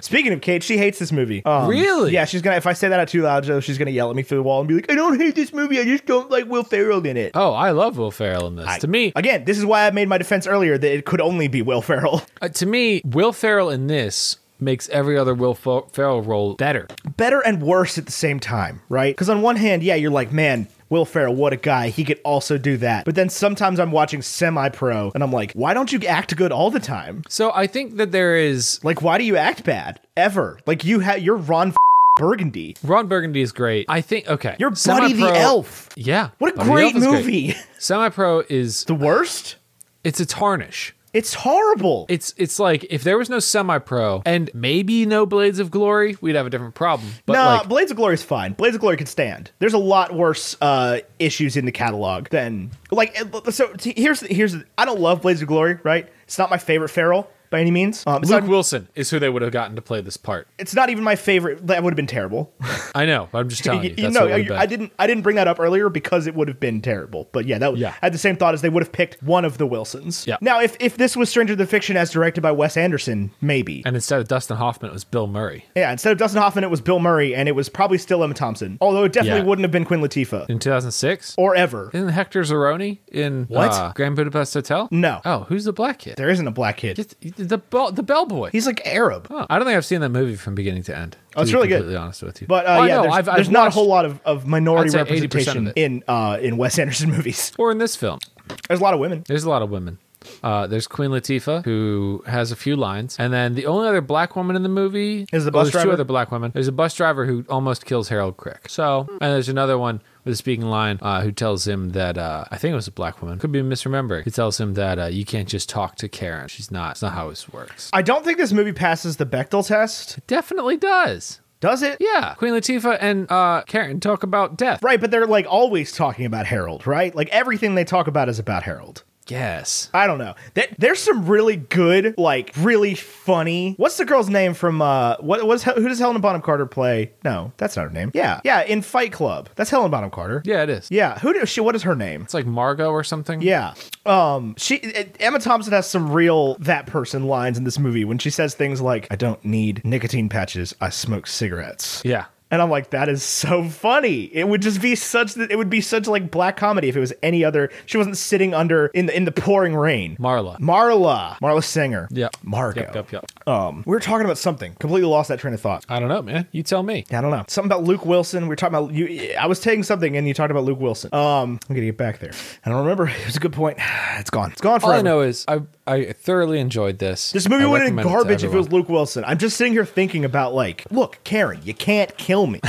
[SPEAKER 3] Speaking of Kate, she hates this movie. Um,
[SPEAKER 2] Really?
[SPEAKER 3] Yeah, she's gonna. If I say that out too loud, Joe, she's gonna yell at me through the wall and be like, "I don't hate this movie. I just don't like Will Ferrell in it."
[SPEAKER 2] Oh, I love Will Ferrell in this. to me,
[SPEAKER 3] Again, this is why I made my defense earlier that it could only be Will Ferrell.
[SPEAKER 2] uh, to me, Will Ferrell in this makes every other Will Fer- Ferrell role better.
[SPEAKER 3] better and worse at the same time, right? Because on one hand, yeah, you're like, man, Will Ferrell, what a guy. He could also do that. But then sometimes I'm watching semi pro and I'm like, why don't you act good all the time?
[SPEAKER 2] So I think that there is
[SPEAKER 3] Like, why do you act bad ever? Like, you ha- you're Ron f- Burgundy.
[SPEAKER 2] Ron Burgundy is great. I think okay.
[SPEAKER 3] You're Buddy
[SPEAKER 2] Semi-Pro-
[SPEAKER 3] the Elf.
[SPEAKER 2] Yeah.
[SPEAKER 3] What a
[SPEAKER 2] Buddy the
[SPEAKER 3] great
[SPEAKER 2] Elf is
[SPEAKER 3] movie.
[SPEAKER 2] Semi Pro is
[SPEAKER 3] the worst?
[SPEAKER 2] it's a tarnish.
[SPEAKER 3] It's horrible.
[SPEAKER 2] It's it's like if there was no semi pro and maybe no Blades of Glory, we'd have a different problem. But
[SPEAKER 3] nah,
[SPEAKER 2] like
[SPEAKER 3] Blades of Glory is fine. Blades of Glory could stand. There's a lot worse uh, issues in the catalog than like. it- So t- here's here's I don't love Blades of Glory, right? It's not my favorite Ferrell by any means. Um, it's,
[SPEAKER 2] Luke
[SPEAKER 3] not,
[SPEAKER 2] Wilson is who they would have gotten to play this part.
[SPEAKER 3] it's not even my favorite. That would have been terrible.
[SPEAKER 2] I know, but I'm just telling you.
[SPEAKER 3] you
[SPEAKER 2] That's
[SPEAKER 3] know,
[SPEAKER 2] what it would have
[SPEAKER 3] I
[SPEAKER 2] been.
[SPEAKER 3] didn't I didn't bring that up earlier because it would have been terrible. But yeah, that was,
[SPEAKER 2] Yeah.
[SPEAKER 3] I had the same thought as they would have picked one of the Wilsons.
[SPEAKER 2] Yeah.
[SPEAKER 3] Now, if if this was Stranger Than Fiction as directed by Wes Anderson, maybe.
[SPEAKER 2] And instead of Dustin Hoffman, it was Bill Murray.
[SPEAKER 3] yeah, instead of Dustin Hoffman, it was Bill Murray, and it was probably still Emma Thompson. Although it definitely
[SPEAKER 2] Yeah.
[SPEAKER 3] wouldn't have been Quinn Latifah
[SPEAKER 2] In 2006?
[SPEAKER 3] or ever.
[SPEAKER 2] Isn't Hector Zeroni in
[SPEAKER 3] What?
[SPEAKER 2] uh, Grand Budapest Hotel?
[SPEAKER 3] No.
[SPEAKER 2] Oh, who's the black kid?
[SPEAKER 3] There isn't a black kid.
[SPEAKER 2] It's the bell, the bellboy.
[SPEAKER 3] He's like Arab.
[SPEAKER 2] Oh, I don't think I've seen that movie from beginning to end.
[SPEAKER 3] Oh, it's
[SPEAKER 2] to be
[SPEAKER 3] really good.
[SPEAKER 2] Completely honest with you,
[SPEAKER 3] But uh,
[SPEAKER 2] Oh, I
[SPEAKER 3] yeah,
[SPEAKER 2] know.
[SPEAKER 3] there's,
[SPEAKER 2] I've- I've
[SPEAKER 3] there's not a
[SPEAKER 2] watched-
[SPEAKER 3] whole lot of, of
[SPEAKER 2] I'd
[SPEAKER 3] minority
[SPEAKER 2] say 80% of
[SPEAKER 3] representation
[SPEAKER 2] it.
[SPEAKER 3] in uh, in Wes Anderson movies.
[SPEAKER 2] or in this film.
[SPEAKER 3] There's a lot of women.
[SPEAKER 2] There's a lot of women. Uh, there's Queen Latifah who has a few lines, and then the only other black woman in the movie
[SPEAKER 3] Is
[SPEAKER 2] oh,
[SPEAKER 3] the bus
[SPEAKER 2] there's
[SPEAKER 3] driver?
[SPEAKER 2] Two other black women. There's a bus driver who almost kills Harold Crick. So, and there's another one with a speaking line uh, who tells him that uh, I think it was a black woman. Could be misremembering. Who tells him that uh, you can't just talk to Karen. She's not. It's not how this works.
[SPEAKER 3] I don't think this movie passes the Bechtel test.
[SPEAKER 2] Definitely does.
[SPEAKER 3] Does it?
[SPEAKER 2] Yeah, Queen Latifah and uh, Karen talk about death.
[SPEAKER 3] Right, but they're like always talking about Harold, right? Like everything they talk about is about Harold.
[SPEAKER 2] Yes.
[SPEAKER 3] I don't know. That there's some really good, like really funny. What's the girl's name from uh what was who does Helen Bonham Carter play? No, that's not her name. Yeah. Yeah, in Fight Club. That's Helen Bonham Carter.
[SPEAKER 2] Yeah, it is.
[SPEAKER 3] Yeah, who does she what is her name?
[SPEAKER 2] It's like Margot or something.
[SPEAKER 3] Yeah. Um she Emma Thompson has some real that person lines in this movie when she says things like I don't need nicotine patches. I smoke cigarettes.
[SPEAKER 2] Yeah.
[SPEAKER 3] And I'm like, that is so funny. It would just be such that it would be such like black comedy if it was any other. She wasn't sitting under in the in the pouring rain.
[SPEAKER 2] Marla.
[SPEAKER 3] Marla, Marla Singer.
[SPEAKER 2] Yep.
[SPEAKER 3] Margo.
[SPEAKER 2] Yep, yep, yep.
[SPEAKER 3] Um, we were talking about something. Completely lost that train of thought.
[SPEAKER 2] I don't know, man. You tell me.
[SPEAKER 3] I don't know. Something about Luke Wilson. We were talking about you. I was taking something, and you talked about Luke Wilson. Um, I'm gonna get back there. I don't remember. It was a good point. It's gone. It's gone
[SPEAKER 2] All
[SPEAKER 3] forever.
[SPEAKER 2] I know is I I thoroughly enjoyed this.
[SPEAKER 3] This movie
[SPEAKER 2] I
[SPEAKER 3] would have been
[SPEAKER 2] recommend to
[SPEAKER 3] garbage if it was
[SPEAKER 2] everyone.
[SPEAKER 3] Luke Wilson. I'm just sitting here thinking about like, look, Karen, you can't kill me.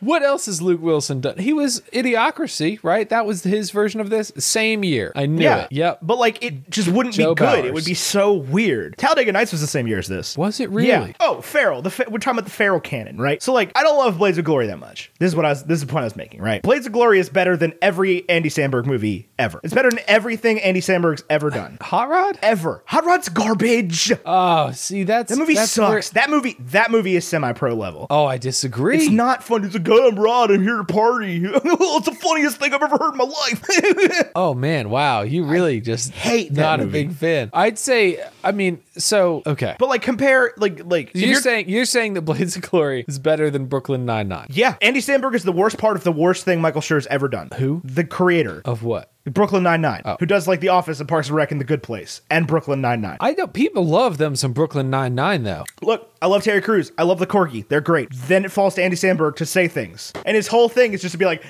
[SPEAKER 2] What else has Luke Wilson done? He was Idiocracy, right? That was his version of this. Same year. I knew
[SPEAKER 3] Yeah.
[SPEAKER 2] it. Yep.
[SPEAKER 3] But like it just wouldn't
[SPEAKER 2] Joe
[SPEAKER 3] be good. It
[SPEAKER 2] Bowers.
[SPEAKER 3] would be so weird. Talladega Nights was the same year as this.
[SPEAKER 2] Was it really?
[SPEAKER 3] Yeah. Oh, Farrell. The fa- we're talking about the Farrell canon, right? So like, I don't love Blades of Glory that much. This is what I was. This is the point I was making, right? Blades of Glory is better than every Andy Samberg movie ever. It's better than everything Andy Samberg's ever done.
[SPEAKER 2] Hot Rod?
[SPEAKER 3] ever. Hot Rod's garbage. That
[SPEAKER 2] Oh, see that's
[SPEAKER 3] movie
[SPEAKER 2] that's
[SPEAKER 3] sucks.
[SPEAKER 2] where-
[SPEAKER 3] That movie. That movie is semi pro level.
[SPEAKER 2] oh, I disagree.
[SPEAKER 3] It's not fun. It's a "Hi, I'm Rod. I'm here to party. it's the funniest thing I've ever heard in my life."
[SPEAKER 2] Oh man, wow. You really just
[SPEAKER 3] hate that
[SPEAKER 2] not
[SPEAKER 3] movie.
[SPEAKER 2] a big fan. I'd say I mean, so okay.
[SPEAKER 3] but like, compare like like if
[SPEAKER 2] you're,
[SPEAKER 3] you're-
[SPEAKER 2] saying you're saying that Blades of Glory is better than Brooklyn Nine Nine.
[SPEAKER 3] yeah, Andy Samberg is the worst part of the worst thing Michael Schur's ever done.
[SPEAKER 2] Who? Oh.
[SPEAKER 3] The creator.
[SPEAKER 2] Of what?
[SPEAKER 3] Brooklyn Nine Nine, who does like The Office and Parks and Rec and The Good Place and Brooklyn Nine Nine.
[SPEAKER 2] I know people love them some Brooklyn Nine Nine though.
[SPEAKER 3] Look, I love Terry Crews. I love the Corgi. They're great. Then it falls to Andy Sandberg to say things, and his whole thing is just to be like,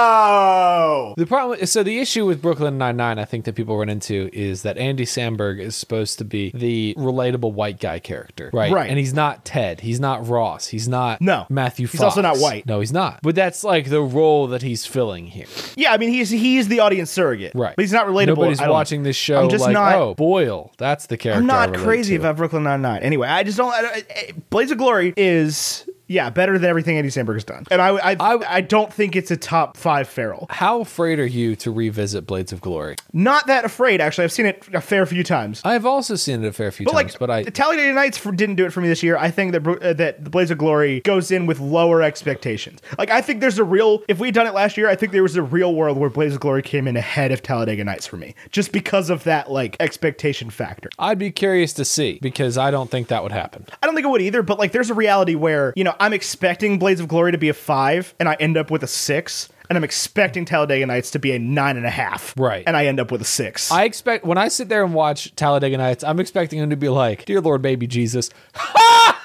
[SPEAKER 3] "Bro."
[SPEAKER 2] The problem, so the issue with Brooklyn Nine Nine, I think that people run into is that Andy Samberg is supposed to be the relatable white guy character, right?
[SPEAKER 3] Right.
[SPEAKER 2] And he's not Ted. He's not Ross. He's not
[SPEAKER 3] No.
[SPEAKER 2] Matthew.
[SPEAKER 3] He's also
[SPEAKER 2] Fox.
[SPEAKER 3] not white.
[SPEAKER 2] No, he's not. But that's like the role that he's filling here,
[SPEAKER 3] Yeah, I mean, he's he's the audience surrogate,
[SPEAKER 2] right?
[SPEAKER 3] But he's not relatable.
[SPEAKER 2] Nobody's
[SPEAKER 3] I don't-
[SPEAKER 2] watching this show.
[SPEAKER 3] I'm just
[SPEAKER 2] like,
[SPEAKER 3] not.
[SPEAKER 2] Oh, Boyle. That's the character.
[SPEAKER 3] I'm
[SPEAKER 2] I
[SPEAKER 3] not
[SPEAKER 2] relate
[SPEAKER 3] crazy
[SPEAKER 2] to.
[SPEAKER 3] about Brooklyn Nine Nine. Anyway, I just don't. I, don't- I, Blades of Glory is yeah better than everything Andy Samberg has done, and I I, I
[SPEAKER 2] I-
[SPEAKER 3] don't think it's a top five feral.
[SPEAKER 2] How afraid are you to revisit Blades of Glory?
[SPEAKER 3] Not that afraid actually. I've seen it a fair few times.
[SPEAKER 2] I've also seen it a fair few
[SPEAKER 3] But
[SPEAKER 2] times,
[SPEAKER 3] like,
[SPEAKER 2] but I
[SPEAKER 3] the Talladega Nights for, didn't do it for me this year. I think that Bru- uh, that the Blaze of Glory goes in with lower expectations. Like, I think there's a real. If we had done it last year, I think there was a real world where Blaze of Glory came in ahead of Talladega Nights for me, just because of that like expectation factor.
[SPEAKER 2] I'd be curious to see because I don't think that would happen.
[SPEAKER 3] I don't think it would either, but like, there's a reality where you know I'm expecting Blaze of Glory to be a five, and I end up with a six. And I'm expecting Talladega Nights to be a nine and a half.
[SPEAKER 2] Right.
[SPEAKER 3] And I end up with a six.
[SPEAKER 2] I expect when I sit there and watch Talladega Nights, I'm expecting him to be like, "Dear Lord, baby Jesus."
[SPEAKER 3] right?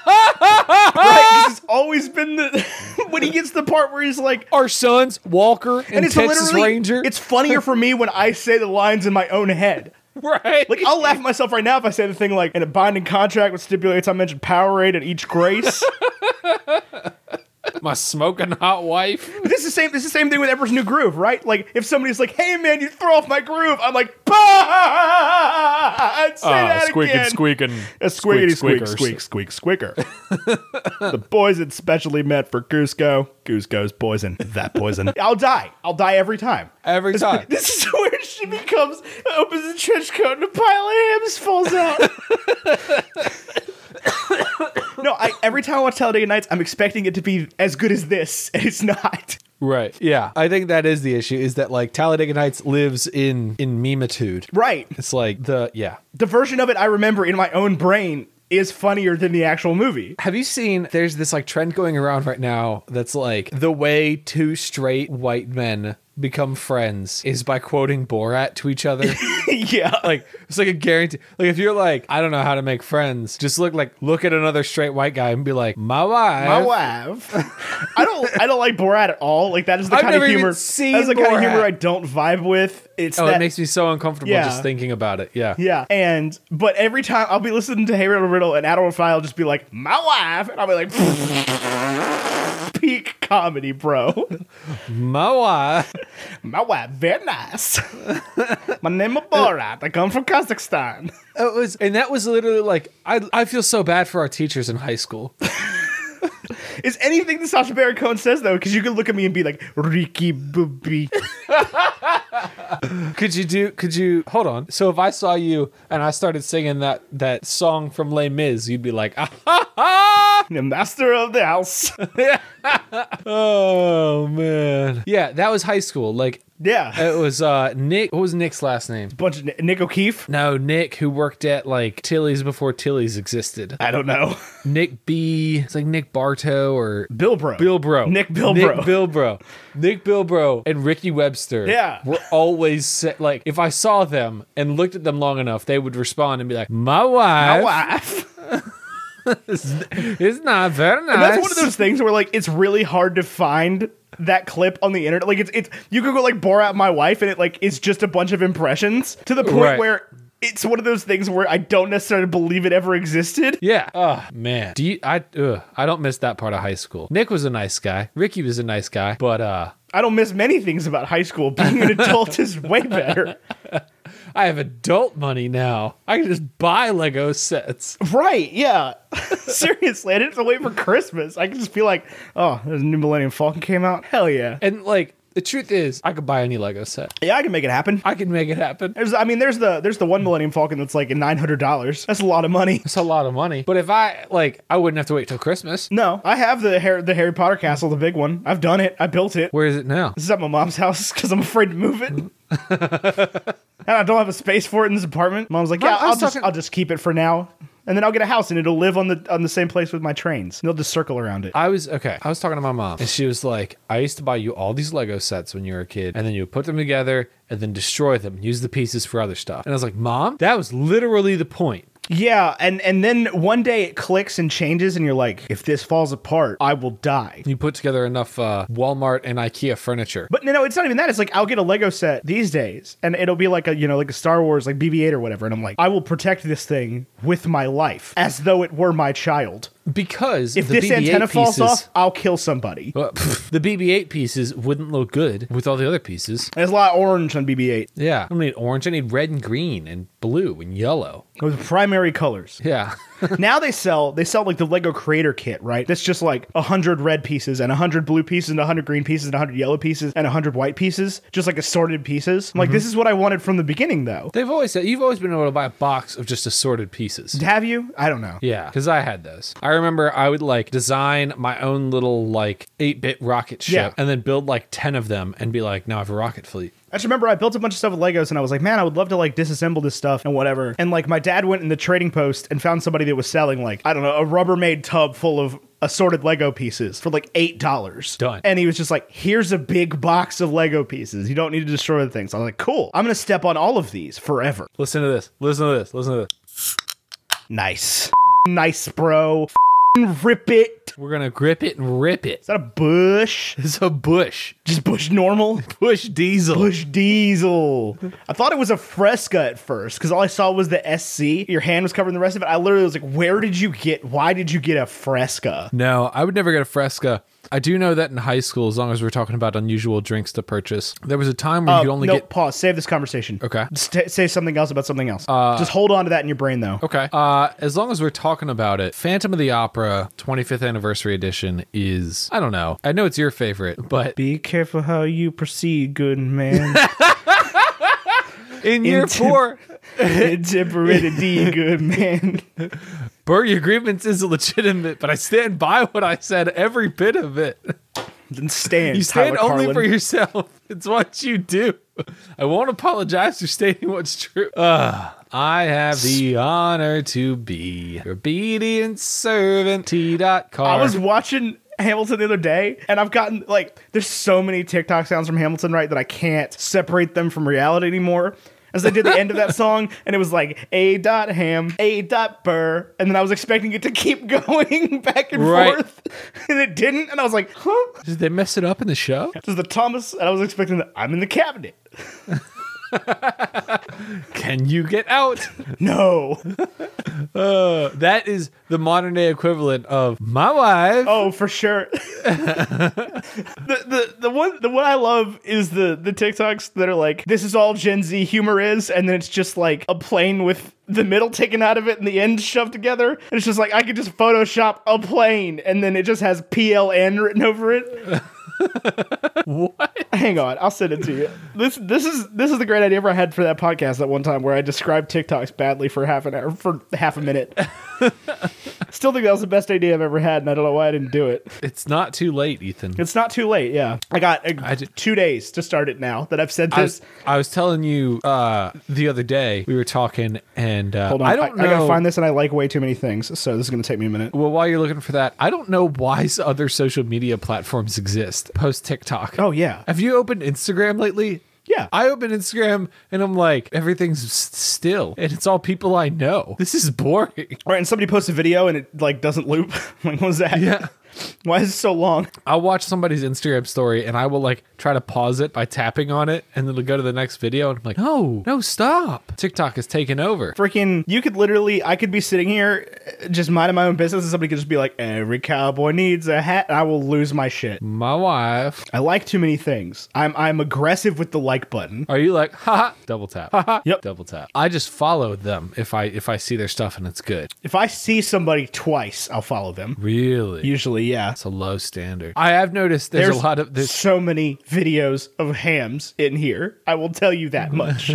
[SPEAKER 3] 'Cause It's always been the. when he gets to the part where he's like,
[SPEAKER 2] Our sons, Walker and,
[SPEAKER 3] and it's
[SPEAKER 2] Texas
[SPEAKER 3] literally
[SPEAKER 2] Ranger.
[SPEAKER 3] it's funnier for me when I say the lines in my own head.
[SPEAKER 2] right.
[SPEAKER 3] Like I'll laugh at myself right now if I say the thing like in a binding contract which stipulates I mentioned Powerade at each grace.
[SPEAKER 2] my smoking hot wife.
[SPEAKER 3] but this is the same this is the same thing with Emperor's New Groove, right? Like if somebody's like, "Hey man, you throw off my groove," I'm like, "Bah!" I'd say
[SPEAKER 2] Ah,
[SPEAKER 3] that again.
[SPEAKER 2] squeaking.
[SPEAKER 3] A squeaky
[SPEAKER 2] squeak,
[SPEAKER 3] squeak, squeak,
[SPEAKER 2] squeakers.
[SPEAKER 3] squeak, squeaker. the poison specially meant for Cusco. Cusco's poison. That poison. I'll die. I'll die every time.
[SPEAKER 2] Every time.
[SPEAKER 3] This is where she becomes opens a trench coat and a pile of hams falls out. no, I, every time I watch Talladega Nights, I'm expecting it to be as good as this, and it's not.
[SPEAKER 2] Right. Yeah. I think that is the issue is that like Talladega Nights lives in in memitude.
[SPEAKER 3] Right.
[SPEAKER 2] It's like the yeah.
[SPEAKER 3] The version of it I remember in my own brain is funnier than the actual movie.
[SPEAKER 2] Have you seen there's this like trend going around right now that's like the way two straight white men become friends is by quoting Borat to each other?
[SPEAKER 3] yeah.
[SPEAKER 2] like it's like a guarantee. Like if you're like, I don't know how to make friends, just look like look at another straight white guy and be like, my wife.
[SPEAKER 3] My wife. I don't. I don't like Borat at all. Like that is the
[SPEAKER 2] I've
[SPEAKER 3] kind
[SPEAKER 2] never
[SPEAKER 3] of
[SPEAKER 2] even
[SPEAKER 3] humor.
[SPEAKER 2] seen
[SPEAKER 3] that's the kind of humor
[SPEAKER 2] Borat.
[SPEAKER 3] I don't vibe with. It's
[SPEAKER 2] Oh,
[SPEAKER 3] that,
[SPEAKER 2] it makes me so uncomfortable
[SPEAKER 3] Yeah.
[SPEAKER 2] just thinking about it. Yeah.
[SPEAKER 3] Yeah. And but every time I'll be listening to Hey Riddle Riddle and Adam and File just be like, my wife, and I'll be like peak comedy, bro.
[SPEAKER 2] My wife.
[SPEAKER 3] my wife, very nice. my name is Borat. I come from Kazakhstan.
[SPEAKER 2] It was and that was literally like I I feel so bad for our teachers in high school.
[SPEAKER 3] Is anything that Sasha Baron Cohen says though, because you can look at me and be like, Ricky Booby.
[SPEAKER 2] Could you do? Could you hold on? So if I saw you and I started singing that that song from Les Mis, you'd be like, ah, ha, ha.
[SPEAKER 3] the master of the house.
[SPEAKER 2] oh man, yeah, that was high school. Like
[SPEAKER 3] yeah.
[SPEAKER 2] it was uh Nick. What was Nick's last name?
[SPEAKER 3] bunch of Nick O'Keefe.
[SPEAKER 2] No, Nick, who worked at like Tilly's before Tilly's existed.
[SPEAKER 3] I don't know.
[SPEAKER 2] Nick B. It's like Nick Bartow or
[SPEAKER 3] Bill Bro.
[SPEAKER 2] Bill Bro.
[SPEAKER 3] Nick Bill Bro.
[SPEAKER 2] Nick Bill Bro. Nick Bill Bro and Ricky Webster.
[SPEAKER 3] Yeah.
[SPEAKER 2] Were always sa- like, if I saw them and looked at them long enough, they would respond and be like, My
[SPEAKER 3] my
[SPEAKER 2] wife,
[SPEAKER 3] wife.
[SPEAKER 2] is not very nice.
[SPEAKER 3] That's one of those things where like it's really hard to find that clip on the internet. Like it's it's you Google like Borat my wife and it like it's just a bunch of impressions to the point
[SPEAKER 2] Right.
[SPEAKER 3] where it's one of those things where I don't necessarily believe it ever existed.
[SPEAKER 2] Yeah. Oh man. Do you, I ugh, I don't miss that part of high school. Nick was a nice guy. Ricky was a nice guy. But uh
[SPEAKER 3] I don't miss many things about high school. Being an adult is way better.
[SPEAKER 2] I have adult money now. I can just buy Lego sets.
[SPEAKER 3] Right, yeah. Seriously, I didn't have to wait for Christmas. I could just be like, oh, there's a new Millennium Falcon came out. Hell yeah.
[SPEAKER 2] And like The truth is, I could buy any Lego set.
[SPEAKER 3] Yeah, I can make it happen.
[SPEAKER 2] I could make it happen.
[SPEAKER 3] There's, I mean, there's the there's the one Millennium Falcon that's like nine hundred dollars. That's a lot of money.
[SPEAKER 2] It's a lot of money. But if I like, I wouldn't have to wait till Christmas.
[SPEAKER 3] No, I have the Harry, the Harry Potter castle, the big one. I've done it. I built it.
[SPEAKER 2] Where is it now?
[SPEAKER 3] This is at my mom's house because I'm afraid to move it. and I don't have a space for it in this apartment. Mom's like,
[SPEAKER 2] I-
[SPEAKER 3] yeah,
[SPEAKER 2] I
[SPEAKER 3] I'll
[SPEAKER 2] was
[SPEAKER 3] just
[SPEAKER 2] talking-
[SPEAKER 3] I'll just keep it for now, and then I'll get a house and it'll live on the on the same place with my trains. And they'll just circle around it.
[SPEAKER 2] I was okay. I was talking to my mom, and she was like, "I used to buy you all these Lego sets when you were a kid, and then you would put them together and then destroy them and use the pieces for other stuff." And I was like, "Mom, that was literally the point."
[SPEAKER 3] yeah, and and then one day it clicks and changes, and you're like, if this falls apart, I will die.
[SPEAKER 2] You put together enough uh, Walmart and IKEA furniture.
[SPEAKER 3] But no, no, it's not even that. It's like I'll get a Lego set these days, and it'll be like a you know like a Star Wars like BB-8 or whatever, and I'm like, I will protect this thing with my life as though it were my child.
[SPEAKER 2] Because
[SPEAKER 3] If
[SPEAKER 2] the
[SPEAKER 3] this
[SPEAKER 2] BB-8
[SPEAKER 3] antenna falls
[SPEAKER 2] pieces-
[SPEAKER 3] off, I'll kill somebody.
[SPEAKER 2] Well, the BB-8 pieces wouldn't look good with all the other pieces.
[SPEAKER 3] There's a lot of orange on BB-8.
[SPEAKER 2] Yeah, I don't need orange. I need red and green and blue and yellow.
[SPEAKER 3] Those are primary colors.
[SPEAKER 2] Yeah,
[SPEAKER 3] now they sell they sell like the Lego Creator Kit, right? That's just like a hundred red pieces and a hundred blue pieces and a hundred green pieces and a hundred yellow pieces and a hundred white pieces, just like assorted pieces. I'm Like this is what I wanted from the beginning, though.
[SPEAKER 2] they've always said you've always been able to buy a box of just assorted pieces.
[SPEAKER 3] Have you? I don't know.
[SPEAKER 2] Yeah, because I had those. I remember I would like design my own little like eight bit rocket ship
[SPEAKER 3] Yeah.
[SPEAKER 2] and then build like ten of them and be like, now I have a rocket fleet.
[SPEAKER 3] I just remember I built a bunch of stuff with Legos and I was like, man, I would love to like disassemble this stuff and whatever. And like my dad went in the trading post and found somebody that was selling like, I don't know, a Rubbermaid tub full of assorted Lego pieces for like eight dollars.
[SPEAKER 2] Done.
[SPEAKER 3] And he was just like, here's a big box of Lego pieces. You don't need to destroy the things. I was like, cool. I'm gonna step on all of these forever.
[SPEAKER 2] Listen to this. Listen to this. Listen to this.
[SPEAKER 3] Nice. Nice, bro. F***ing rip it. Is
[SPEAKER 2] We're gonna grip it and rip it.
[SPEAKER 3] that a bush?
[SPEAKER 2] It's a bush.
[SPEAKER 3] Just bush normal?
[SPEAKER 2] Bush diesel.
[SPEAKER 3] Bush Diesel. I thought it was a Fresca at first because all I saw was the SC. Your hand was covering the rest of it. I literally was like, "Where did you get? Why did you get a Fresca?"
[SPEAKER 2] No, I would never get a Fresca. I do know that in high school, as long as we're talking about unusual drinks to purchase, there was a time where you could only
[SPEAKER 3] Um, no,
[SPEAKER 2] get.
[SPEAKER 3] pause. Save this conversation.
[SPEAKER 2] Okay. Uh,
[SPEAKER 3] St- say something else about something else. Just hold on to that in your brain, though.
[SPEAKER 2] Okay. Uh, as long as we're talking about it, Phantom of the Opera 25th Anniversary Edition is, I don't know. I know it's your favorite, but
[SPEAKER 3] Be careful how you proceed, good man.
[SPEAKER 2] in year
[SPEAKER 3] Intim-
[SPEAKER 2] four,
[SPEAKER 3] Temperidity, good man.
[SPEAKER 2] Bury your grievance is legitimate, but I stand by what I said, every bit of it.
[SPEAKER 3] Then stand.
[SPEAKER 2] You stand
[SPEAKER 3] Tyler
[SPEAKER 2] only
[SPEAKER 3] Carlin.
[SPEAKER 2] for yourself. It's what you do. I won't apologize for stating what's true. Ugh. I have the honor to be your obedient servant, T. Dot
[SPEAKER 3] I
[SPEAKER 2] Car.
[SPEAKER 3] was watching Hamilton the other day, and I've gotten like there's so many TikTok sounds from Hamilton right that I can't separate them from reality anymore. As they did the end of that song, and it was like a dot ham, a dot burr, and then I was expecting it to keep going back and
[SPEAKER 2] Right.
[SPEAKER 3] forth, and it didn't, and I was like, huh?
[SPEAKER 2] Did they mess it up in the show?
[SPEAKER 3] This is the Thomas, and I was expecting the I'm in the cabinet.
[SPEAKER 2] Can you get out?
[SPEAKER 3] No,
[SPEAKER 2] Uh, that is the modern day equivalent of my wife.
[SPEAKER 3] oh for sure. the, the the one the one I love is the the TikToks that are like this is all Gen Z humor is, and then it's just like a plane with the middle taken out of it and the end shoved together. And it's just like I could just Photoshop a plane, and then it just has PLN written over it. what? Hang on, I'll send it to you. This this is this is the great idea I had for that podcast that one time where I described TikToks badly for half an hour for half a minute. Still think that was the best idea I've ever had, and I don't know why I didn't do it.
[SPEAKER 2] It's not too late, Ethan.
[SPEAKER 3] It's not too late. Yeah, I got uh,
[SPEAKER 2] ju-
[SPEAKER 3] two days to start it now that I've said
[SPEAKER 2] I was,
[SPEAKER 3] this.
[SPEAKER 2] I was telling you uh, the other day we were talking, and uh,
[SPEAKER 3] Hold on,
[SPEAKER 2] I don't know.
[SPEAKER 3] gotta find this, and I like way too many things, so this is gonna take me a minute.
[SPEAKER 2] Well, while you're looking for that, I don't know why s- other social media platforms exist post TikTok.
[SPEAKER 3] Oh yeah,
[SPEAKER 2] Have you opened Instagram lately?
[SPEAKER 3] Yeah.
[SPEAKER 2] I open Instagram and I'm like, everything's s- still, and it's all people I know. This is boring.
[SPEAKER 3] right. And somebody posts a video, and it like doesn't loop. like, what was that?
[SPEAKER 2] Yeah.
[SPEAKER 3] Why is it so long?
[SPEAKER 2] I'll watch somebody's Instagram story and I will like try to pause it by tapping on it and then it'll go to the next video and I'm like, no, no, stop. TikTok has taken over.
[SPEAKER 3] Freaking, you could literally, I could be sitting here uh, just minding my own business, and somebody could just be like, "Every cowboy needs a hat," and I will lose my shit.
[SPEAKER 2] My wife.
[SPEAKER 3] I like too many things. I'm I'm aggressive with the like button.
[SPEAKER 2] Are you like, ha, ha, double tap, ha, ha,
[SPEAKER 3] Yep.
[SPEAKER 2] double tap. I just follow them if I if I see their stuff and it's good.
[SPEAKER 3] If I see somebody twice, I'll follow them.
[SPEAKER 2] Really?
[SPEAKER 3] Usually, yeah.
[SPEAKER 2] It's a low standard. I have noticed there's, a lot of there's
[SPEAKER 3] so many videos of hams in here. I will tell you that much.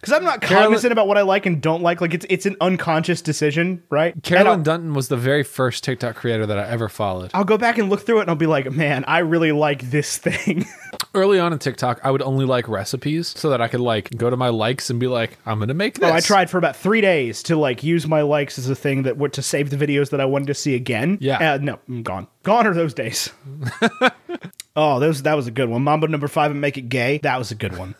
[SPEAKER 3] Because I'm not
[SPEAKER 2] Carolyn-
[SPEAKER 3] cognizant about what I like and don't like. Like it's it's an unconscious decision, right? And
[SPEAKER 2] Carolyn
[SPEAKER 3] I'll-
[SPEAKER 2] Dunton was the very first TikTok creator that I ever followed.
[SPEAKER 3] I'll go back and look through it and I'll be like, man, I really like this thing.
[SPEAKER 2] Early on in TikTok, I would only like recipes so that I could like go to my likes and be like, I'm gonna make this.
[SPEAKER 3] So Oh, I tried for about three days to like use my likes as a thing that would to save the videos that I wanted to see again.
[SPEAKER 2] Yeah.
[SPEAKER 3] Uh, no, I'm gone. Gone are those days. oh, those that was a good one. Mambo number five and make it gay. That was a good one.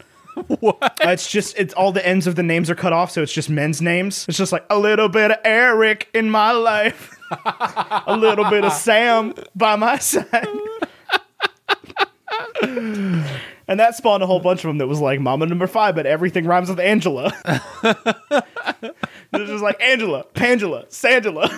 [SPEAKER 3] what? It's just it's all the ends of the names are cut off, so it's just men's names. It's just like a little bit of Eric in my life, a little bit of Sam by my side. And that spawned a whole bunch of them that was like Mama Number Five, but everything rhymes with Angela. This is like Angela, Pangela, Sandela.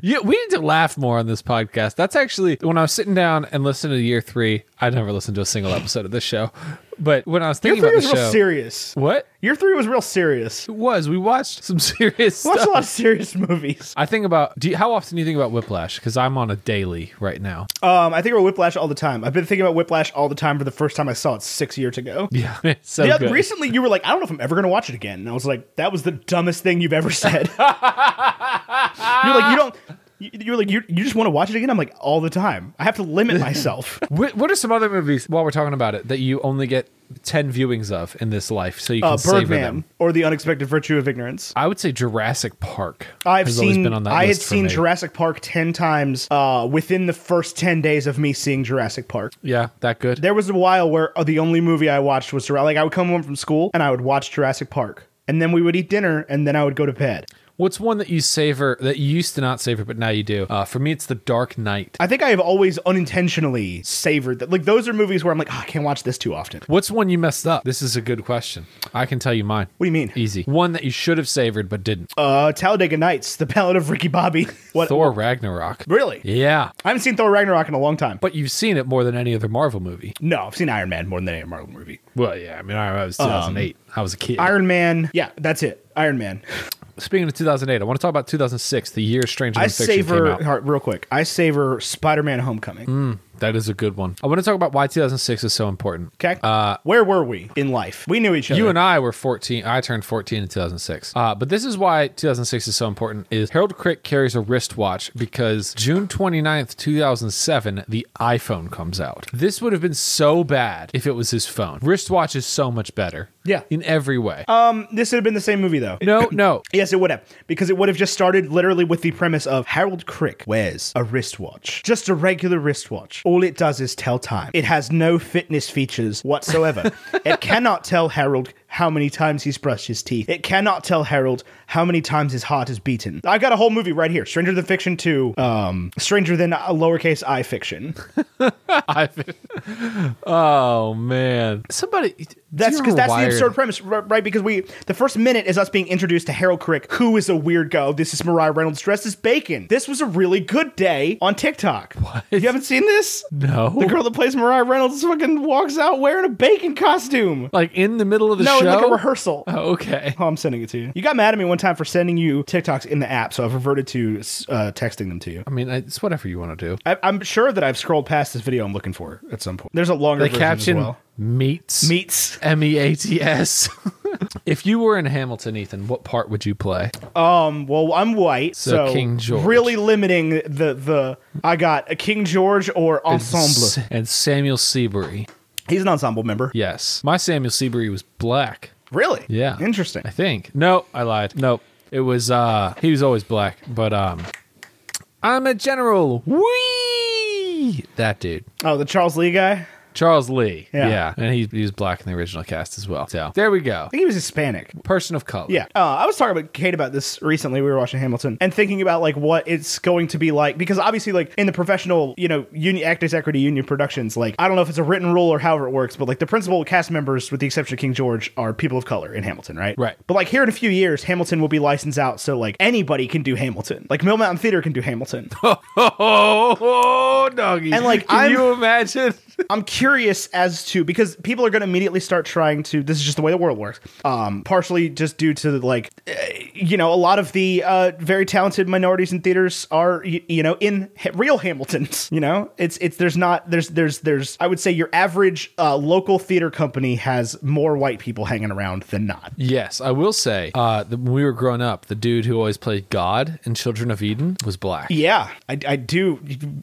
[SPEAKER 2] Yeah, we need to laugh more on this podcast. That's actually when I was sitting down and listening to Year Three. I never listened to a single episode of this show, but when I was
[SPEAKER 3] Year
[SPEAKER 2] thinking
[SPEAKER 3] three
[SPEAKER 2] about
[SPEAKER 3] was
[SPEAKER 2] the
[SPEAKER 3] real
[SPEAKER 2] show,
[SPEAKER 3] serious.
[SPEAKER 2] what
[SPEAKER 3] Year three was real serious.
[SPEAKER 2] it was, we watched some serious
[SPEAKER 3] Watched a
[SPEAKER 2] stuff.
[SPEAKER 3] lot of serious movies.
[SPEAKER 2] I think about do you, how often do you think about Whiplash? Because I'm on a daily right now.
[SPEAKER 3] Um, I think about Whiplash all the time. I've been thinking about Whiplash all the time for the first time I saw it six years ago.
[SPEAKER 2] Yeah, it's so
[SPEAKER 3] Yeah,
[SPEAKER 2] good.
[SPEAKER 3] recently you were like, I don't know if I'm ever gonna watch it again, and I was like, that was the dumbest thing you've ever said. you're like, you don't. you- You're like, you, you just want to watch it again. I'm like, all the time. I have to limit myself. Uh,
[SPEAKER 2] Wh- what are some other movies while we're talking about it that you only get ten viewings of in this life, so you can
[SPEAKER 3] Uh,
[SPEAKER 2] savor
[SPEAKER 3] Birdman
[SPEAKER 2] them?
[SPEAKER 3] or The Unexpected Virtue of Ignorance.
[SPEAKER 2] I would say Jurassic Park.
[SPEAKER 3] I've
[SPEAKER 2] has always
[SPEAKER 3] seen.
[SPEAKER 2] been on that
[SPEAKER 3] I had
[SPEAKER 2] list for
[SPEAKER 3] seen
[SPEAKER 2] me.
[SPEAKER 3] Jurassic Park ten times uh, within the first ten days of me seeing Jurassic Park.
[SPEAKER 2] Yeah, that good.
[SPEAKER 3] There was a while where uh, the only movie I watched was Jurassic. Like I would come home from school and I would watch Jurassic Park, and then we would eat dinner, and then I would go to bed.
[SPEAKER 2] What's one that you savor that you used to not savor, but now you do? Uh, for me, it's The Dark Knight.
[SPEAKER 3] I think I have always unintentionally savored that. Like those are movies where I'm like, "Oh, I can't watch this too often.
[SPEAKER 2] What's one you messed up? This is a good question. I can tell you mine.
[SPEAKER 3] What do you mean?
[SPEAKER 2] Easy. One that you should have savored but didn't.
[SPEAKER 3] Uh, Talladega Nights, The Ballad of Ricky Bobby. What?
[SPEAKER 2] Thor Ragnarok.
[SPEAKER 3] Really?
[SPEAKER 2] Yeah.
[SPEAKER 3] I haven't seen Thor Ragnarok in a long time.
[SPEAKER 2] But you've seen it more than any other Marvel movie.
[SPEAKER 3] No, I've seen Iron Man more than any Marvel movie.
[SPEAKER 2] Well, yeah. I mean, I
[SPEAKER 3] Um,
[SPEAKER 2] was 2008. I was a kid.
[SPEAKER 3] Iron Man. Yeah, that's it. Iron Man.
[SPEAKER 2] Speaking of 2008, I want to talk about 2006, the year Stranger Than
[SPEAKER 3] I
[SPEAKER 2] Fiction
[SPEAKER 3] savor
[SPEAKER 2] came out. Mm.
[SPEAKER 3] all right, real quick. I savor Spider-Man: Homecoming.
[SPEAKER 2] That is a good one. I want to talk about why 2006 is so important.
[SPEAKER 3] Okay, where were we in life? We knew each other.
[SPEAKER 2] Uh, You and I were 14. I turned 14 in 2006. Uh, but this is why 2006 is so important is Harold Crick carries a wristwatch because June 29th, 2007, the iPhone comes out. This would have been so bad if it was his phone. Wristwatch is so much better.
[SPEAKER 3] Yeah. Uh,
[SPEAKER 2] In every way.
[SPEAKER 3] this would have been the same movie though.
[SPEAKER 2] no, no.
[SPEAKER 3] Yes, it would have, because it would have just started literally with the premise of Harold Crick wears a wristwatch, just a regular wristwatch. All it does is tell time. It has no fitness features whatsoever. it cannot tell Harold how many times he's brushed his teeth. It cannot tell Harold how many times his heart is beaten. I got a whole movie right here: Stranger Than Fiction Two, um, Stranger Than uh, Lowercase I Fiction.
[SPEAKER 2] I, oh, man. Somebody. do
[SPEAKER 3] That's
[SPEAKER 2] you
[SPEAKER 3] because
[SPEAKER 2] remember
[SPEAKER 3] that's the
[SPEAKER 2] Wired?
[SPEAKER 3] absurd premise, r- right? Because we the first minute is us being introduced to Harold Crick, who is a weird go. This is Mariah Reynolds dressed as bacon. This was a really good day on TikTok. What? You haven't seen this?
[SPEAKER 2] No.
[SPEAKER 3] The girl that plays Mariah Reynolds fucking walks out wearing a bacon costume.
[SPEAKER 2] like in the middle of the
[SPEAKER 3] No,
[SPEAKER 2] show?
[SPEAKER 3] in like a rehearsal.
[SPEAKER 2] Oh, okay.
[SPEAKER 3] Oh, I'm sending it to you. You got mad at me one time for sending you TikToks in the app, so I've reverted to uh, texting them to you.
[SPEAKER 2] I mean, it's whatever you want to do.
[SPEAKER 3] I, I'm sure that I've scrolled past this video I'm looking for at some point. There's a longer
[SPEAKER 2] The
[SPEAKER 3] version as
[SPEAKER 2] caption
[SPEAKER 3] well.
[SPEAKER 2] meets.
[SPEAKER 3] Meats.
[SPEAKER 2] M E A T S. If you were in Hamilton, Ethan, what part would you play?
[SPEAKER 3] Um, well, I'm white, so,
[SPEAKER 2] So King George.
[SPEAKER 3] really limiting the the. I got a King George or ensemble.
[SPEAKER 2] S- And Samuel Seabury.
[SPEAKER 3] He's an ensemble member.
[SPEAKER 2] Yes. My Samuel Seabury was black.
[SPEAKER 3] Really?
[SPEAKER 2] Yeah.
[SPEAKER 3] Interesting.
[SPEAKER 2] I think. No, I lied. Nope. It was uh he was always black, but um I'm a general. Wee That dude.
[SPEAKER 3] Oh, the Charles Lee guy. I
[SPEAKER 2] Charles Lee.
[SPEAKER 3] Yeah.
[SPEAKER 2] And he, he was black in the original cast as well. So there we go.
[SPEAKER 3] think he was Hispanic.
[SPEAKER 2] Person of color.
[SPEAKER 3] Yeah. Uh, I was talking about Kate about this recently. We were watching Hamilton and thinking about like what it's going to be like because obviously like in the professional, you know, union actors equity union productions, like I don't know if it's a written rule or however it works, but like the principal cast members with the exception of King George are people of color in Hamilton, right?
[SPEAKER 2] Right.
[SPEAKER 3] But like here in a few years, Hamilton will be licensed out so like anybody can do Hamilton. Like Mill Mountain Theater can do Hamilton.
[SPEAKER 2] Oh, doggy.
[SPEAKER 3] And, like,
[SPEAKER 2] can
[SPEAKER 3] I'm-
[SPEAKER 2] you imagine?
[SPEAKER 3] I'm curious as to because people are going to immediately start trying to. This is just the way the world works. Um, partially just due to like, eh, you know, a lot of the uh, very talented minorities in theaters are you, you know in ha- real Hamiltons. You know, it's it's there's not there's there's there's I would say your average uh, local theater company has more white people hanging around than not.
[SPEAKER 2] Yes, I will say, uh, that when we were growing up, the dude who always played God in Children of Eden was black.
[SPEAKER 3] Yeah, I, I do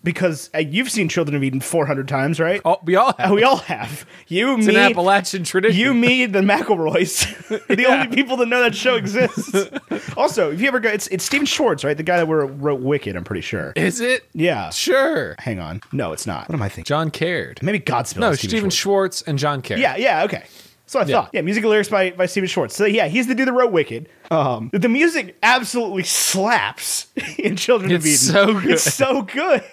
[SPEAKER 3] because uh, you've seen Children of Eden 400 times, right?
[SPEAKER 2] Oh, we all have.
[SPEAKER 3] We all have. You,
[SPEAKER 2] it's
[SPEAKER 3] me,
[SPEAKER 2] an Appalachian tradition.
[SPEAKER 3] You, me, the McElroys. the only people that know that show exists. also, if you ever go, it's, it's Steven Schwartz, right? The guy that wrote, wrote Wicked, I'm pretty sure.
[SPEAKER 2] Is it?
[SPEAKER 3] Yeah.
[SPEAKER 2] Sure.
[SPEAKER 3] Hang on. No, it's not. What am I thinking?
[SPEAKER 2] John Caird.
[SPEAKER 3] Maybe Godspell.
[SPEAKER 2] no,
[SPEAKER 3] is
[SPEAKER 2] Stephen,
[SPEAKER 3] Schwartz.
[SPEAKER 2] Schwartz. and John Caird.
[SPEAKER 3] Yeah, yeah, okay. So I thought, yeah, music and lyrics by, by Steven Schwartz. So yeah, he's the dude that wrote Wicked. Um, the music absolutely slaps in Children of Eden.
[SPEAKER 2] It's so good.
[SPEAKER 3] It's so good.